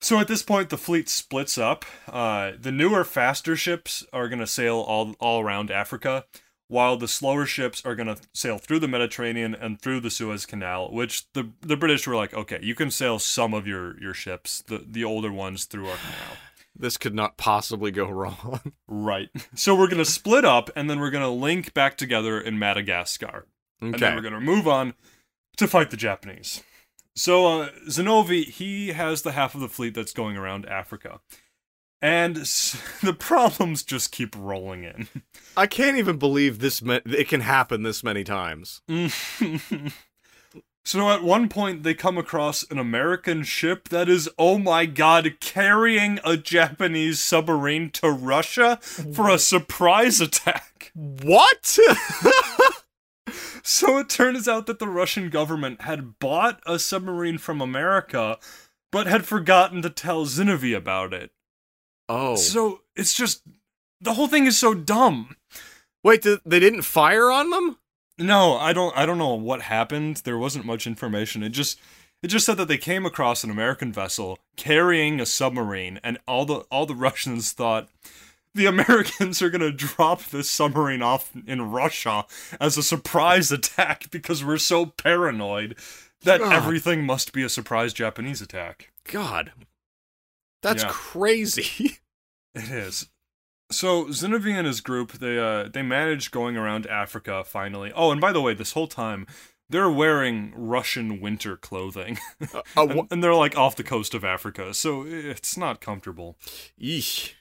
S2: So at this point, the fleet splits up. Uh, the newer, faster ships are gonna sail all all around Africa, while the slower ships are gonna sail through the Mediterranean and through the Suez Canal. Which the the British were like, okay, you can sail some of your your ships, the the older ones, through our canal.
S1: This could not possibly go wrong.
S2: Right. So we're gonna split up, and then we're gonna link back together in Madagascar. and then
S1: Okay.
S2: we're going to move on to fight the Japanese. So uh, Zenovi, he has the half of the fleet that's going around Africa, and s- the problems just keep rolling in.
S1: I can't even believe this ma- it can happen this many times.
S2: so at one point, they come across an American ship that is, oh my god, carrying a Japanese submarine to Russia for a surprise attack.
S1: What?
S2: So it turns out that the Russian government had bought a submarine from America, but had forgotten to tell Zinovie about it.
S1: oh.
S2: So it's just the whole thing is so dumb.
S1: Wait, th- they didn't fire on them?
S2: No, I don't I don't know what happened. There wasn't much information. It just it just said that they came across an American vessel carrying a submarine and all the all the Russians thought the Americans are going to drop this submarine off in Russia as a surprise attack because we're so paranoid that
S1: God.
S2: everything must be a surprise Japanese attack.
S1: God. That's
S2: Yeah.
S1: crazy.
S2: It is. So Zinovie and his group, they uh, they managed going around Africa finally. Oh, and by the way, this whole time they're wearing Russian winter clothing,
S1: uh, uh,
S2: and,
S1: wha-
S2: and they're like off the coast of Africa, so it's not comfortable.
S1: Eesh.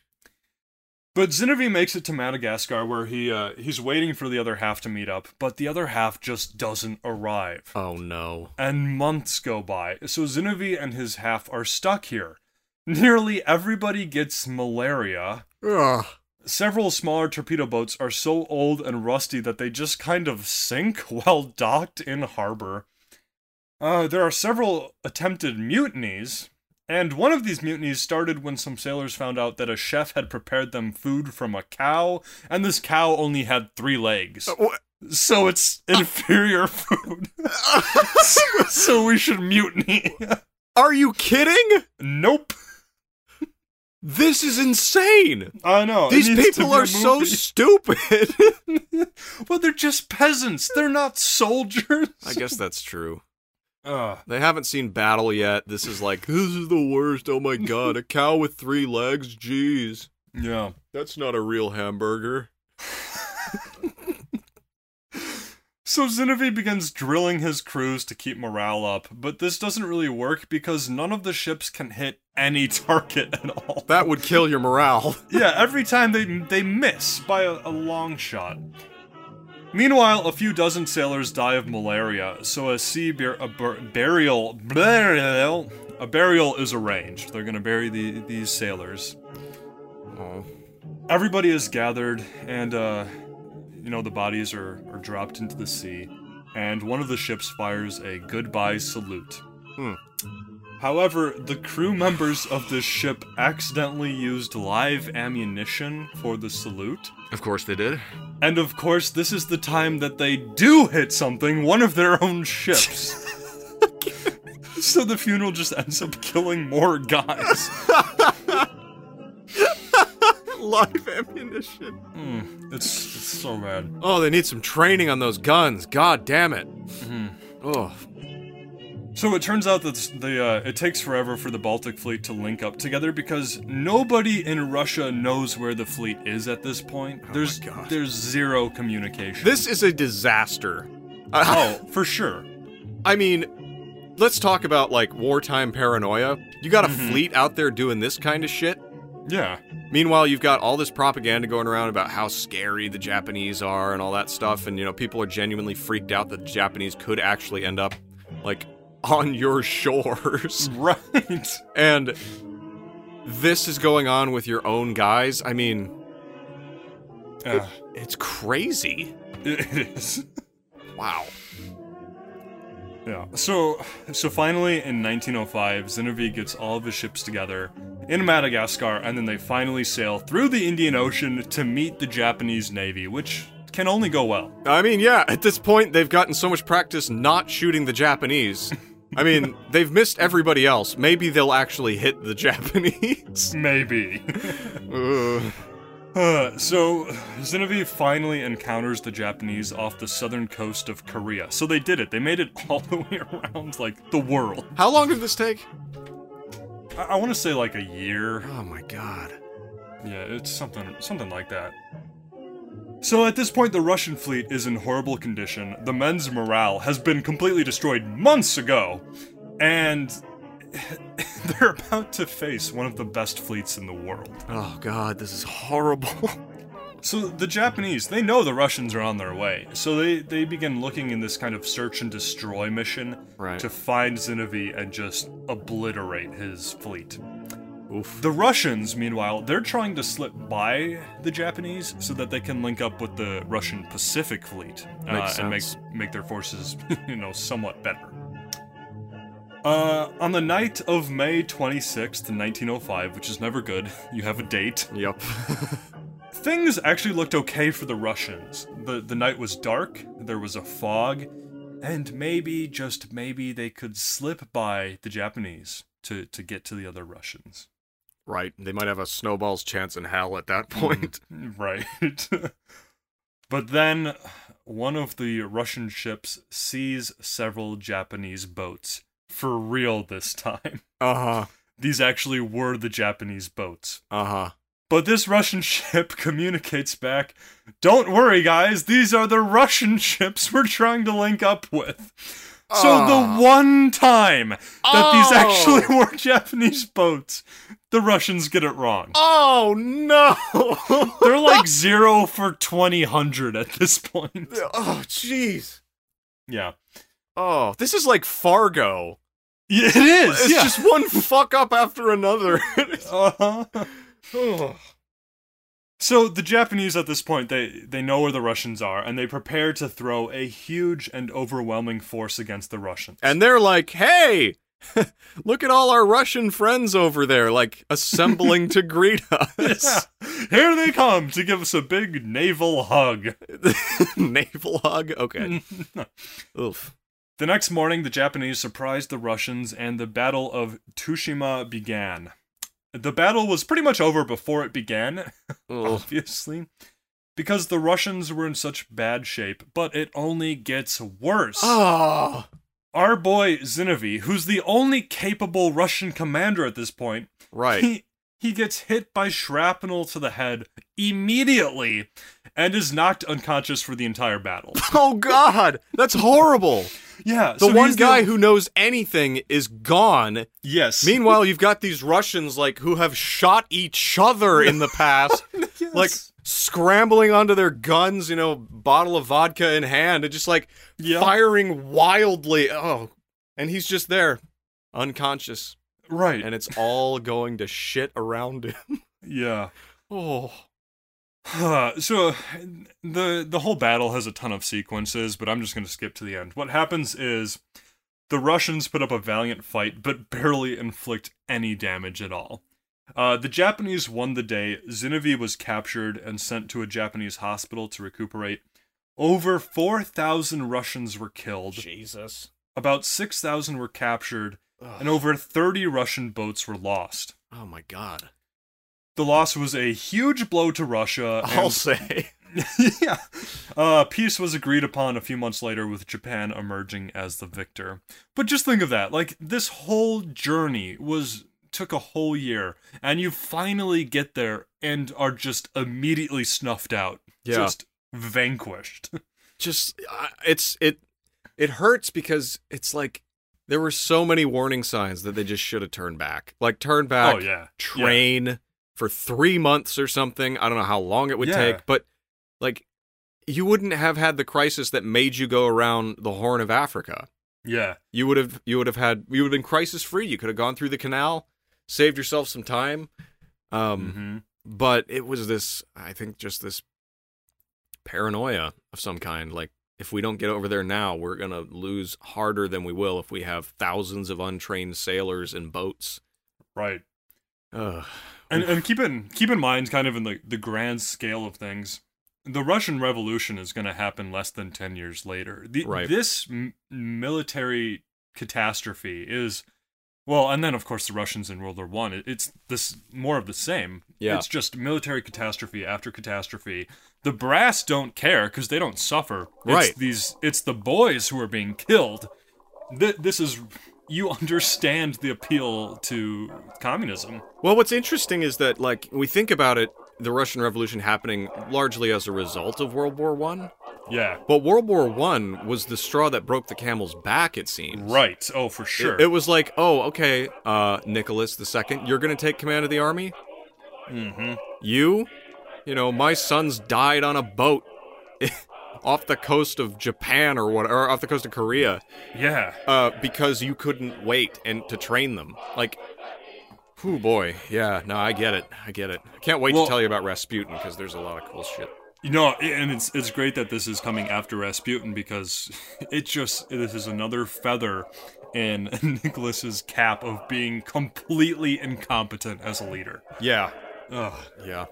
S2: But Zinovie makes it to Madagascar, where he uh, he's waiting for the other half to meet up, but the other half just doesn't arrive.
S1: Oh no.
S2: and months go by. So Zinovie and his half are stuck here. Nearly everybody gets malaria.
S1: Ugh.
S2: Several smaller torpedo boats are so old and rusty that they just kind of sink while docked in harbor. Uh, there are several attempted mutinies, And one of these mutinies started when some sailors found out that a chef had prepared them food from a cow, and this cow only had three
S1: Uh,
S2: legs. So it's
S1: Ah.
S2: inferior food. so, so we should mutiny.
S1: Are you kidding?
S2: nope.
S1: This is insane.
S2: I know. Oh, it
S1: These
S2: needs to
S1: people
S2: be a
S1: are so
S2: movie.
S1: stupid.
S2: well, they're just peasants. They're not soldiers. Ah,
S1: I guess that's true.
S2: Ugh.
S1: They haven't seen battle yet. This is like, this is the worst. Oh my god, a cow with three legs? Jeez.
S2: yeah.
S1: That's not a real hamburger.
S2: So Zinovie begins drilling his crews to keep morale up, but this doesn't really work because none of the ships can hit any target at all.
S1: That would kill your morale.
S2: yeah, every time they they miss by a, a long shot. Meanwhile, a few dozen sailors die of malaria, so a sea bur- a bur- burial burial a burial is arranged. They're gonna bury the, these sailors. Uh,
S1: Oh.
S2: Everybody is gathered, and uh, you know the bodies are are dropped into the sea, and one of the ships fires a goodbye salute.
S1: Hmm.
S2: However, the crew members of this ship accidentally used live ammunition for the salute.
S1: Of course they did.
S2: And of course, this is the time that they do hit something, one of their own ships. so the funeral just ends up killing more guys.
S1: Live ammunition.
S2: Mm, it's, it's so bad.
S1: Oh, they need some training on those guns. God damn it. Oh,
S2: So it turns out that s- the uh, it takes forever for the Baltic fleet to link up together because nobody in Russia knows where the fleet is at this point. there's
S1: God.
S2: there's zero communication.
S1: this is a disaster. I,
S2: oh, for sure.
S1: I mean, let's talk about like wartime paranoia. You got a fleet out there doing this kind of shit.
S2: Yeah.
S1: Meanwhile, you've got all this propaganda going around about how scary the Japanese are and all that stuff, and you know people are genuinely freaked out that the Japanese could actually end up like on your shores.
S2: Right.
S1: and this is going on with your own guys. I mean,
S2: Ah,
S1: it's crazy.
S2: it is.
S1: Wow.
S2: Yeah. So, so finally in 1905, Zinoviev gets all of his ships together in Madagascar, and then they finally sail through the Indian Ocean to meet the Japanese Navy, which can only go well.
S1: I mean, yeah, at this point they've gotten so much practice not shooting the Japanese. I mean, they've missed everybody else. Maybe they'll actually hit the Japanese.
S2: Maybe.
S1: Ugh.
S2: Uh, so, Zinoviev finally encounters the Japanese off the southern coast of Korea. So they did it. They made it all the way around, like the world.
S1: How long did this take?
S2: I, I want to say like a year.
S1: Oh my god.
S2: Yeah, it's something something like that. So at this point the Russian fleet is in horrible condition. The men's morale has been completely destroyed months ago and they're about to face one of the best fleets in the world.
S1: Oh god, this is horrible.
S2: So the Japanese, they know the Russians are on their way. So they they begin looking in this kind of search and destroy mission
S1: Right.
S2: to find Zinoviev and just obliterate his fleet.
S1: Oof.
S2: The Russians, meanwhile, they're trying to slip by the Japanese so that they can link up with the Russian Pacific Fleet uh,
S1: Makes
S2: and make
S1: sense.
S2: make their forces, you know, somewhat better. Uh, on the night of May 26th, 1905, which is never good, you have a date.
S1: Yep.
S2: Things actually looked okay for the Russians. The the night was dark, there was a fog, and maybe just maybe they could slip by the Japanese to to get to the other Russians.
S1: right. They might have a snowball's chance in hell at that point.
S2: Right. but then one of the Russian ships sees several Japanese boats. For real this time.
S1: Uh huh.
S2: These actually were the Japanese boats.
S1: Uh huh.
S2: But this Russian ship communicates back Don't worry, guys, these are the Russian ships we're trying to link up with. So,
S1: Ah.
S2: the one time that these
S1: Oh.
S2: actually were Japanese boats, the Russians get it wrong.
S1: Oh no! Oh,
S2: They're like zero for twenty hundred at this point.
S1: oh jeez.
S2: Yeah,
S1: Oh, this is like Fargo.
S2: it is.
S1: It's just one fuck up after another.
S2: uh huh.
S1: Ugh.
S2: Uh-huh. So the Japanese at this point they they know where the Russians are and they prepare to throw a huge and overwhelming force against the Russians.
S1: and they're like, "Hey, Look at all our Russian friends over there, like assembling to greet us.
S2: Here they come to give us a big naval hug.
S1: Naval hug. Okay. Oof.
S2: The next morning, the Japanese surprised the Russians and the Battle of Tsushima began. The battle was pretty much over before it began,
S1: Ugh.
S2: obviously, because the Russians were in such bad shape, but it only gets worse.
S1: Oh.
S2: Our boy Zinovy, who's the only capable Russian commander at this point,
S1: Right.
S2: he, he gets hit by shrapnel to the head immediately and is knocked unconscious for the entire battle.
S1: Oh God, that's horrible.
S2: Yeah,
S1: The
S2: so
S1: one
S2: he's
S1: guy who knows anything is gone.
S2: yes,
S1: Meanwhile, you've got these Russians like who have shot each other in the past, like scrambling onto their guns, you know, bottle of vodka in hand, and just like
S2: Yeah.
S1: firing wildly. Oh, and he's just there, unconscious,
S2: right,
S1: and it's all going to shit around him.
S2: yeah.
S1: Oh,
S2: so uh, the the whole battle has a ton of sequences, but I'm just going to skip to the end. What happens is the Russians put up a valiant fight, but barely inflict any damage at all. Uh, the Japanese won the day. Zinovy was captured and sent to a Japanese hospital to recuperate. Over 4,000 Russians were
S1: Oh.
S2: killed.
S1: Jesus.
S2: About 6,000 were captured, and
S1: Ugh.
S2: over 30 Russian boats were lost.
S1: Oh my God.
S2: The loss was a huge blow to Russia. Uh, and-
S1: I'll say.
S2: yeah. Uh, peace was agreed upon a few months later with Japan emerging as the victor. But just think of that. Like this whole journey was took a whole year and you finally get there and are just immediately snuffed out.
S1: Yeah.
S2: Just vanquished.
S1: just I it's it it hurts because it's like there were so many warning signs that they just should have turned back. Like turn back,
S2: oh yeah.
S1: train for 3 months or something. I don't know how long it would
S2: Yeah.
S1: take, but like you wouldn't have had the crisis that made you go around the Horn of Africa.
S2: Yeah.
S1: You would have you would have had you would have been crisis free. You could have gone through the canal, saved yourself some time. Um
S2: Mhm.
S1: but it was this i think just this paranoia of some kind like if we don't get over there now we're going to lose harder than we will if we have thousands of untrained sailors and boats
S2: Right.
S1: Ugh.
S2: And and keep in keep in mind kind of in the, the grand scale of things, the Russian Revolution is going to happen less than 10 years later. The,
S1: Right.
S2: This m- military catastrophe is well, and then of course the Russians in World War 1, it, it's this more of the same.
S1: Yeah.
S2: It's just military catastrophe after catastrophe. The brass don't care cuz they don't suffer.
S1: Right.
S2: It's these it's the boys who are being killed. Th- this is you understand the appeal to communism.
S1: well what's interesting is that like we think about it the russian revolution happening largely as a result of world war 1
S2: Yeah.
S1: but world war 1 was the straw that broke the camel's back it seems
S2: Right. Oh, for sure.
S1: It, it was like, oh, okay, uh, Nicholas II, you're going to take command of the army? Mm-hmm. You? You know, my son's died on a boat off the coast of Japan or what, or off the coast of Korea
S2: yeah.
S1: uh, because you couldn't wait and to train them. Like, whoo, boy. Yeah, no, I get it. I get it. I can't wait
S2: Well-
S1: to tell you about Rasputin because there's a lot of cool shit.
S2: You know, i- and it's it's great that this is coming after Rasputin because it just this is another feather in Nicholas's cap of being completely incompetent as a leader.
S1: Yeah,
S2: Ugh.
S1: yeah.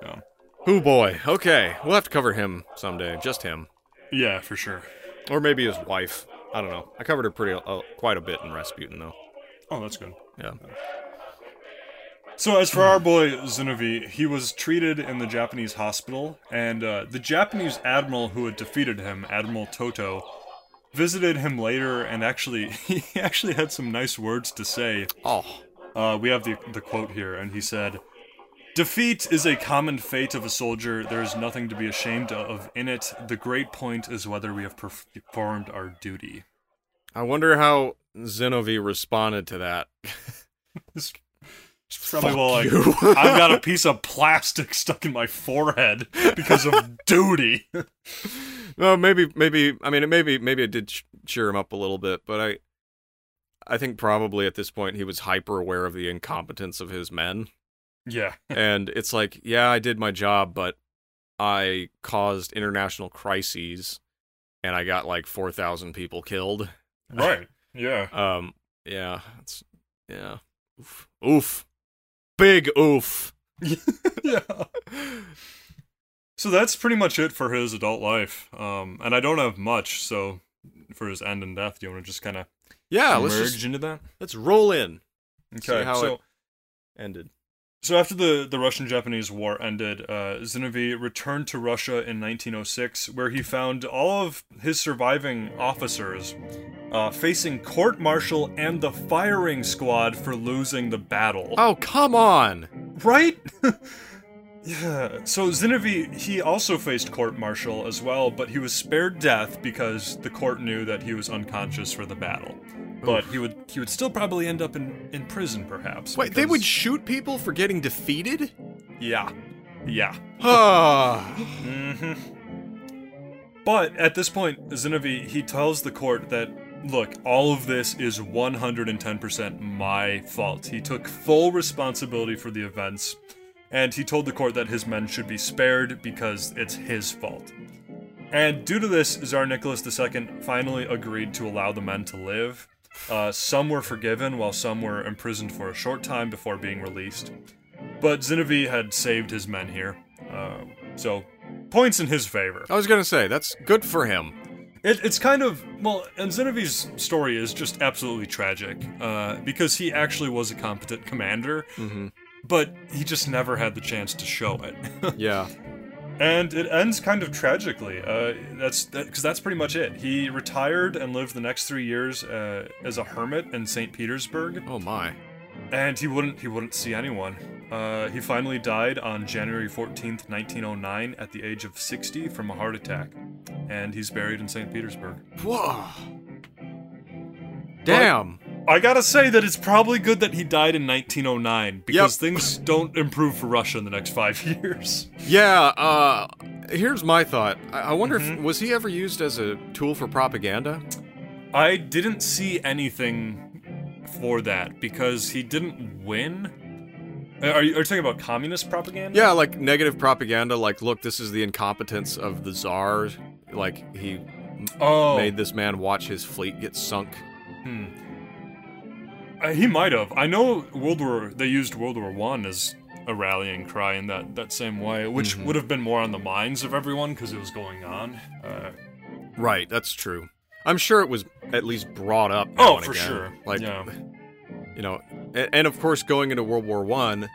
S2: Yeah.
S1: Whoo, boy. Okay, we'll have to cover him someday. Just him.
S2: Yeah, for sure.
S1: or maybe his wife. I don't know. I covered her pretty uh, quite a bit in Rasputin, though.
S2: Oh, that's good.
S1: Yeah.
S2: So as for our boy Zinovy, he was treated in the Japanese hospital, and uh, the Japanese admiral who had defeated him, Admiral Toto, visited him later, and actually he actually had some nice words to say.
S1: Oh,
S2: Uh, we have the the quote here, and he said, "Defeat is a common fate of a soldier. There is nothing to be ashamed of in it. The great point is whether we have performed our duty."
S1: I wonder how Zinovy responded to that.
S2: It's probably
S1: Fuck
S2: well, like,
S1: you.
S2: I've got a piece of plastic stuck in my forehead because of duty.
S1: Well, maybe, maybe. I mean, maybe, maybe it did ch- cheer him up a little bit, but I, I think probably at this point he was hyper aware of the incompetence of his men,
S2: Yeah,
S1: and it's like, yeah, I did my job, but I caused international crises, and I got like four thousand people killed.
S2: right. Yeah.
S1: Um, Yeah. It's, yeah. Oof. Oof. Big oof.
S2: yeah. So that's pretty much it for his adult life. Um, and I don't have much, so for his end and death, do you want to just kind of
S1: Yeah,
S2: merge
S1: let's just
S2: into that?
S1: let's roll in. see
S2: Okay.
S1: how
S2: so
S1: it- Ended.
S2: So after the, the Russian-Japanese War ended, uh, Zinoviev returned to Russia in 1906, where he found all of his surviving officers uh, facing court-martial and the firing squad for losing the battle.
S1: Oh, come on.
S2: Right? yeah. So Zinoviev, he also faced court-martial as well, but he was spared death because the court knew that he was unconscious for the battle. But he would he would still probably end up in, in prison, perhaps.
S1: Wait, they
S2: because-
S1: would shoot people for getting defeated?
S2: yeah. Yeah.
S1: Ah.
S2: hmm But at this point, Zinoviev he tells the court that look, all of this is 110% my fault. He took full responsibility for the events, and he told the court that his men should be spared because it's his fault. And due to this, Tsar Nicholas II finally agreed to allow the men to live. Uh, some were forgiven, while some were imprisoned for a short time before being released. But Zinoviev had saved his men here, uh, so points in his favor.
S1: I was going to say that's good for him.
S2: It, it's kind of well, and Zenevieve's story is just absolutely tragic uh, because he actually was a competent commander, but he just never had the chance to show it.
S1: Yeah.
S2: and it ends kind of tragically. Uh, that's because that's pretty much it. He retired and lived the next three years uh, as a hermit in Saint Petersburg,
S1: Oh my.
S2: and he wouldn't he wouldn't see anyone. Uh, he finally died on January 14th, 1909, at the age of 60 from a heart attack, and he's buried in Saint Petersburg.
S1: Whoa. Damn.
S2: I gotta say that it's probably good that he died in 1909 because things don't improve for Russia in the next five years.
S1: Yeah, uh here's my thought. I, I wonder if was he ever used as a tool for propaganda?
S2: I didn't see anything for that because he didn't win. Uh, Are you, are you talking about communist propaganda?
S1: Yeah, like negative propaganda like look, this is the incompetence of the czar. Like he
S2: Oh,
S1: made this man watch his fleet get sunk.
S2: hmm. Uh, he might have. I know World War. They used World War One as a rallying cry in that that same way, which would have been more on the minds of everyone because it was going on. Uh,
S1: Right, that's true. I'm sure it was at least brought up. now
S2: oh,
S1: and
S2: for
S1: again.
S2: sure.
S1: Like
S2: yeah.
S1: you know, and, and of course, going into World War One,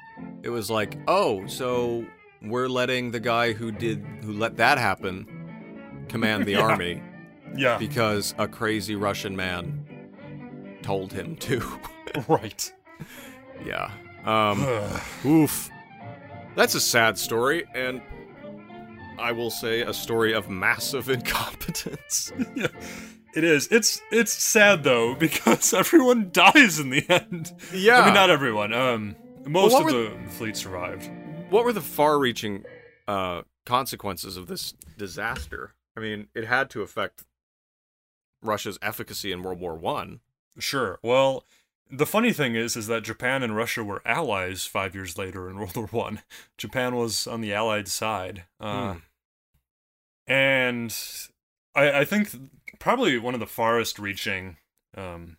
S1: it was like, oh, so we're letting the guy who did who let that happen command the
S2: Yeah.
S1: army
S2: yeah.
S1: because a crazy Russian man told him to.
S2: Right.
S1: yeah. Um. oof. That's a sad story, and I will say a story of massive incompetence.
S2: yeah, it is. It's it's sad though because everyone dies in the end.
S1: yeah.
S2: I mean, not everyone. Um, most
S1: what
S2: of
S1: were
S2: the fleet survived.
S1: what were the far-reaching uh, consequences of this disaster? I mean, it had to affect Russia's efficacy in World War One.
S2: Sure. Well, the funny thing is, is that Japan and Russia were allies five years later in World War One. Japan was on the Allied side, uh,
S1: Hmm.
S2: and I, I think probably one of the farthest-reaching um,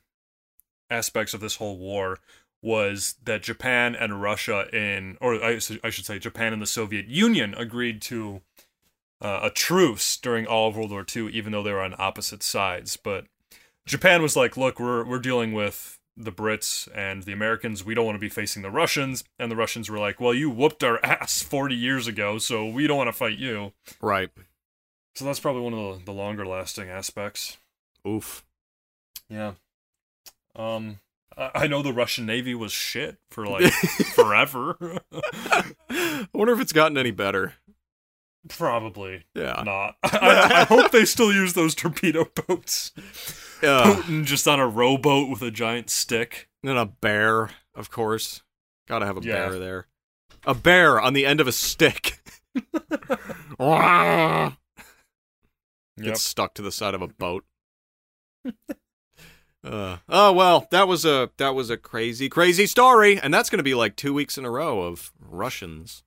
S2: aspects of this whole war was that Japan and Russia in, or I, s- I should say, Japan and the Soviet Union agreed to uh, a truce during all of World War II, even though they were on opposite sides. But Japan was like, look, we're we're dealing with the Brits and the Americans. We don't want to be facing the Russians. And the Russians were like, well, you whooped our ass 40 years ago, so we don't want to fight you.
S1: Right.
S2: So that's probably one of the, the longer lasting aspects.
S1: Oof.
S2: Yeah. Um, I, I know the Russian Navy was shit for like forever.
S1: I wonder if it's gotten any better.
S2: probably
S1: Yeah.
S2: not. I, I, I hope they still use those torpedo boats.
S1: Uh,
S2: Putin just on a rowboat with a giant stick.
S1: and a bear, of course. Got to have a
S2: Yeah.
S1: bear there. A bear on the end of a stick. Gets stuck to the side of a boat. Uh, oh well, that was a that was a crazy crazy story, and that's going to be like two weeks in a row of Russians.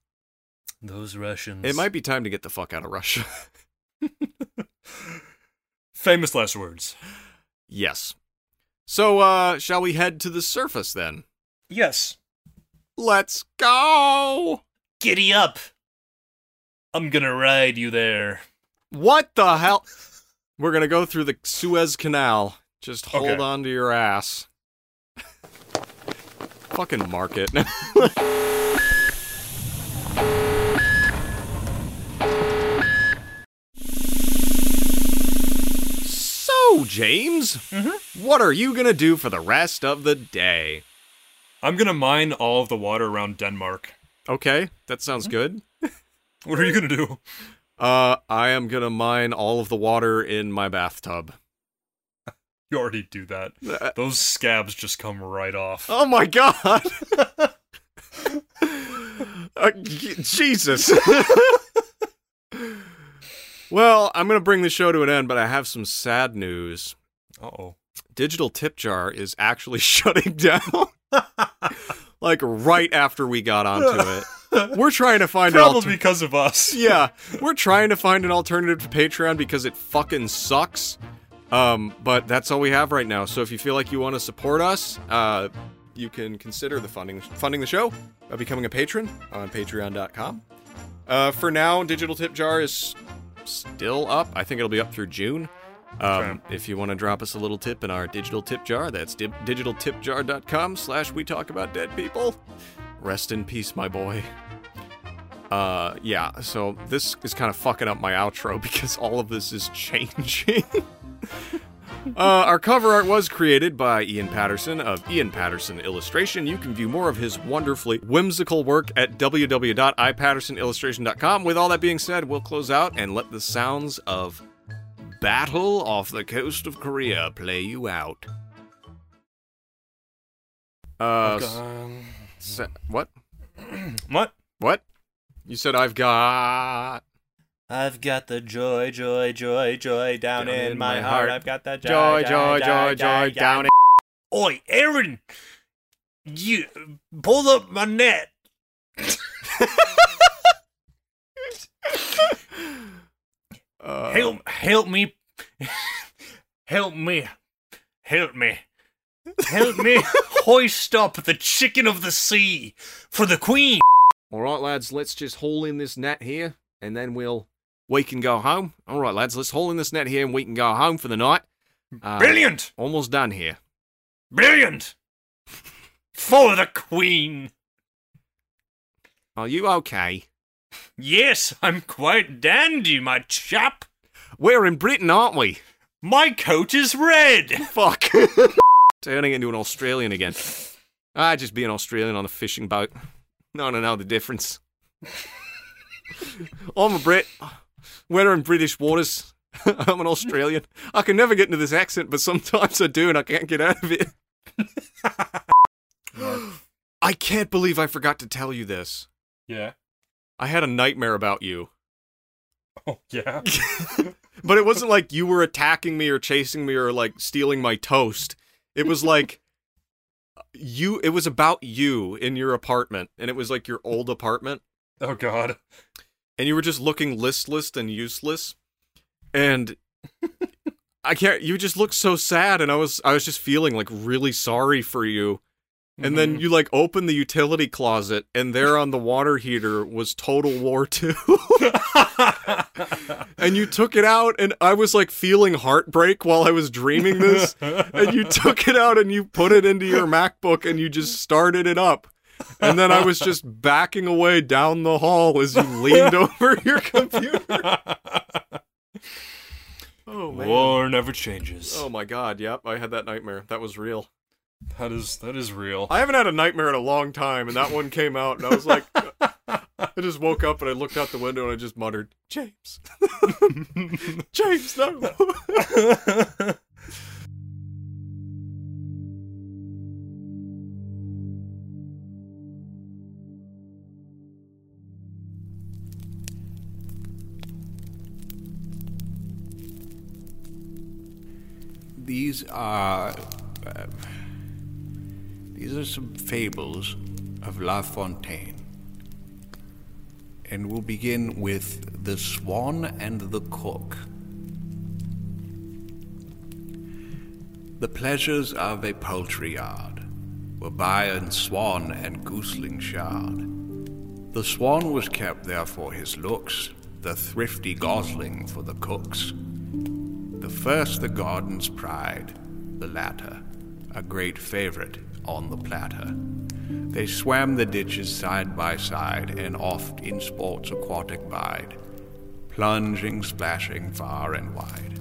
S2: Those Russians.
S1: It might be time to get the fuck out of Russia.
S2: Famous last words.
S1: yes. So, uh, shall we head to the surface then?
S2: Yes.
S1: Let's go!
S4: Giddy up!
S2: I'm gonna ride you there.
S1: What the hell? We're gonna go through the Suez Canal. Just hold
S2: Okay.
S1: on to your ass. Fucking mark it. so, James, what are you gonna do for the rest of the day?
S2: I'm gonna mine all of the water around Denmark.
S1: Okay, that sounds good.
S2: What are you gonna do?
S1: Uh, I am gonna mine all of the water in my bathtub.
S2: You already do that. Those scabs just come right off.
S1: Uh, Oh my god. Uh, g- Jesus. well, I'm going to bring the show to an end, but I have some sad news.
S2: Uh oh.
S1: Digital Tip Jar is actually shutting down. like right after we got onto it. We're trying to find an
S2: Probably
S1: alter-
S2: because of us.
S1: Yeah, we're trying to find an alternative to Patreon because it fucking sucks. Um, but that's all we have right now. So if you feel like you want to support us, uh, you can consider the funding funding the show by becoming a patron on Patreon.com. Uh, for now, Digital Tip Jar is still up. I think it'll be up through June. Um, If you want to drop us a little tip in our digital tip jar, that's di- digitaltipjar.com slash we talk about dead people. Rest in peace, my boy. Uh, yeah, so this is kind of fucking up my outro because all of this is changing. Uh, our cover art was created by Ian Patterson of Ian Patterson Illustration. You can view more of his wonderfully whimsical work at www.ipattersonillustration.com. With all that being said, we'll close out and let the sounds of battle off the coast of Korea play you out. Uh, s-
S2: Um,
S1: sa- what?
S2: what?
S1: What? You said I've got
S4: I've got the joy, joy, joy, joy down, in, my heart. I've got that
S1: joy, joy, joy, joy down in.
S4: Oi, Aaron! You pull up my net.
S1: Uh,
S4: Help, help me. help me. Help me. Help me hoist up the chicken of the sea for the queen.
S1: All right, lads, let's just haul in this net here, and then we'll we can go home. All right, lads, let's haul in this net here, and we can go home for the night. Uh,
S4: Brilliant!
S1: Almost done here.
S4: Brilliant! For the queen.
S1: Are you okay?
S4: Yes, I'm quite dandy, my chap.
S1: We're in Britain, aren't we?
S4: My coat is red.
S1: Fuck. Turning into an Australian again. I just be an Australian on a fishing boat. No, no, no, the difference. I'm a Brit. We're in British waters. I'm an Australian. I can never get into this accent, but sometimes I do and I can't get out of it. I can't believe I forgot to tell you this.
S2: Yeah.
S1: I had a nightmare about you.
S2: Oh yeah.
S1: But it wasn't like you were attacking me or chasing me or like stealing my toast. It was like you it was about you in your apartment and it was like your old apartment
S2: Oh god.
S1: and you were just looking listless and useless and I can't you just looked so sad and I was I was just feeling like really sorry for you. And then you like open the utility closet and there on the water heater was Total War 2. and you took it out and I was like feeling heartbreak while I was dreaming this and you took it out and you put it into your MacBook and you just started it up. And then I was just backing away down the hall as you leaned over your computer. Oh
S2: War never changes.
S1: Oh my god, yep, I had that nightmare. That was real.
S2: That is that is real.
S1: I haven't had a nightmare in a long time and that one came out and I was like I just woke up and I looked out the window and I just muttered, "James." James, no.
S5: These are. uh, these are some fables of La Fontaine. And we'll begin with The Swan and the Cook. The pleasures of a poultry yard were by and swan and gooseling shard. The swan was kept there for his looks, the thrifty gosling for the cooks. The first the garden's pride, the latter a great favorite on the platter. They swam the ditches side by side, and oft in sport's aquatic bide, plunging, splashing far and wide.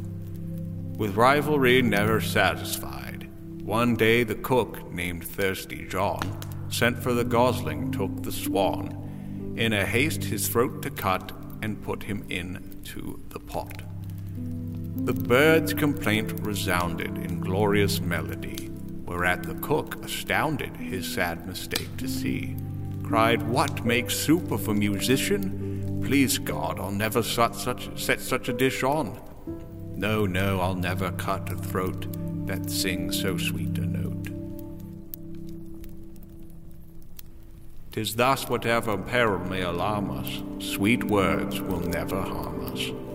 S5: With rivalry never satisfied, one day the cook, named Thirsty John, sent for the gosling, took the swan, in a haste his throat to cut, and put him in to the pot. The bird's complaint resounded in glorious melody, whereat the cook, astounded his sad mistake to see, cried, "What makes soup of a musician? Please God, I'll never set such set such a dish on. No, no, I'll never cut a throat that sings so sweet a note." 'Tis thus, whatever peril may alarm us, sweet words will never harm us.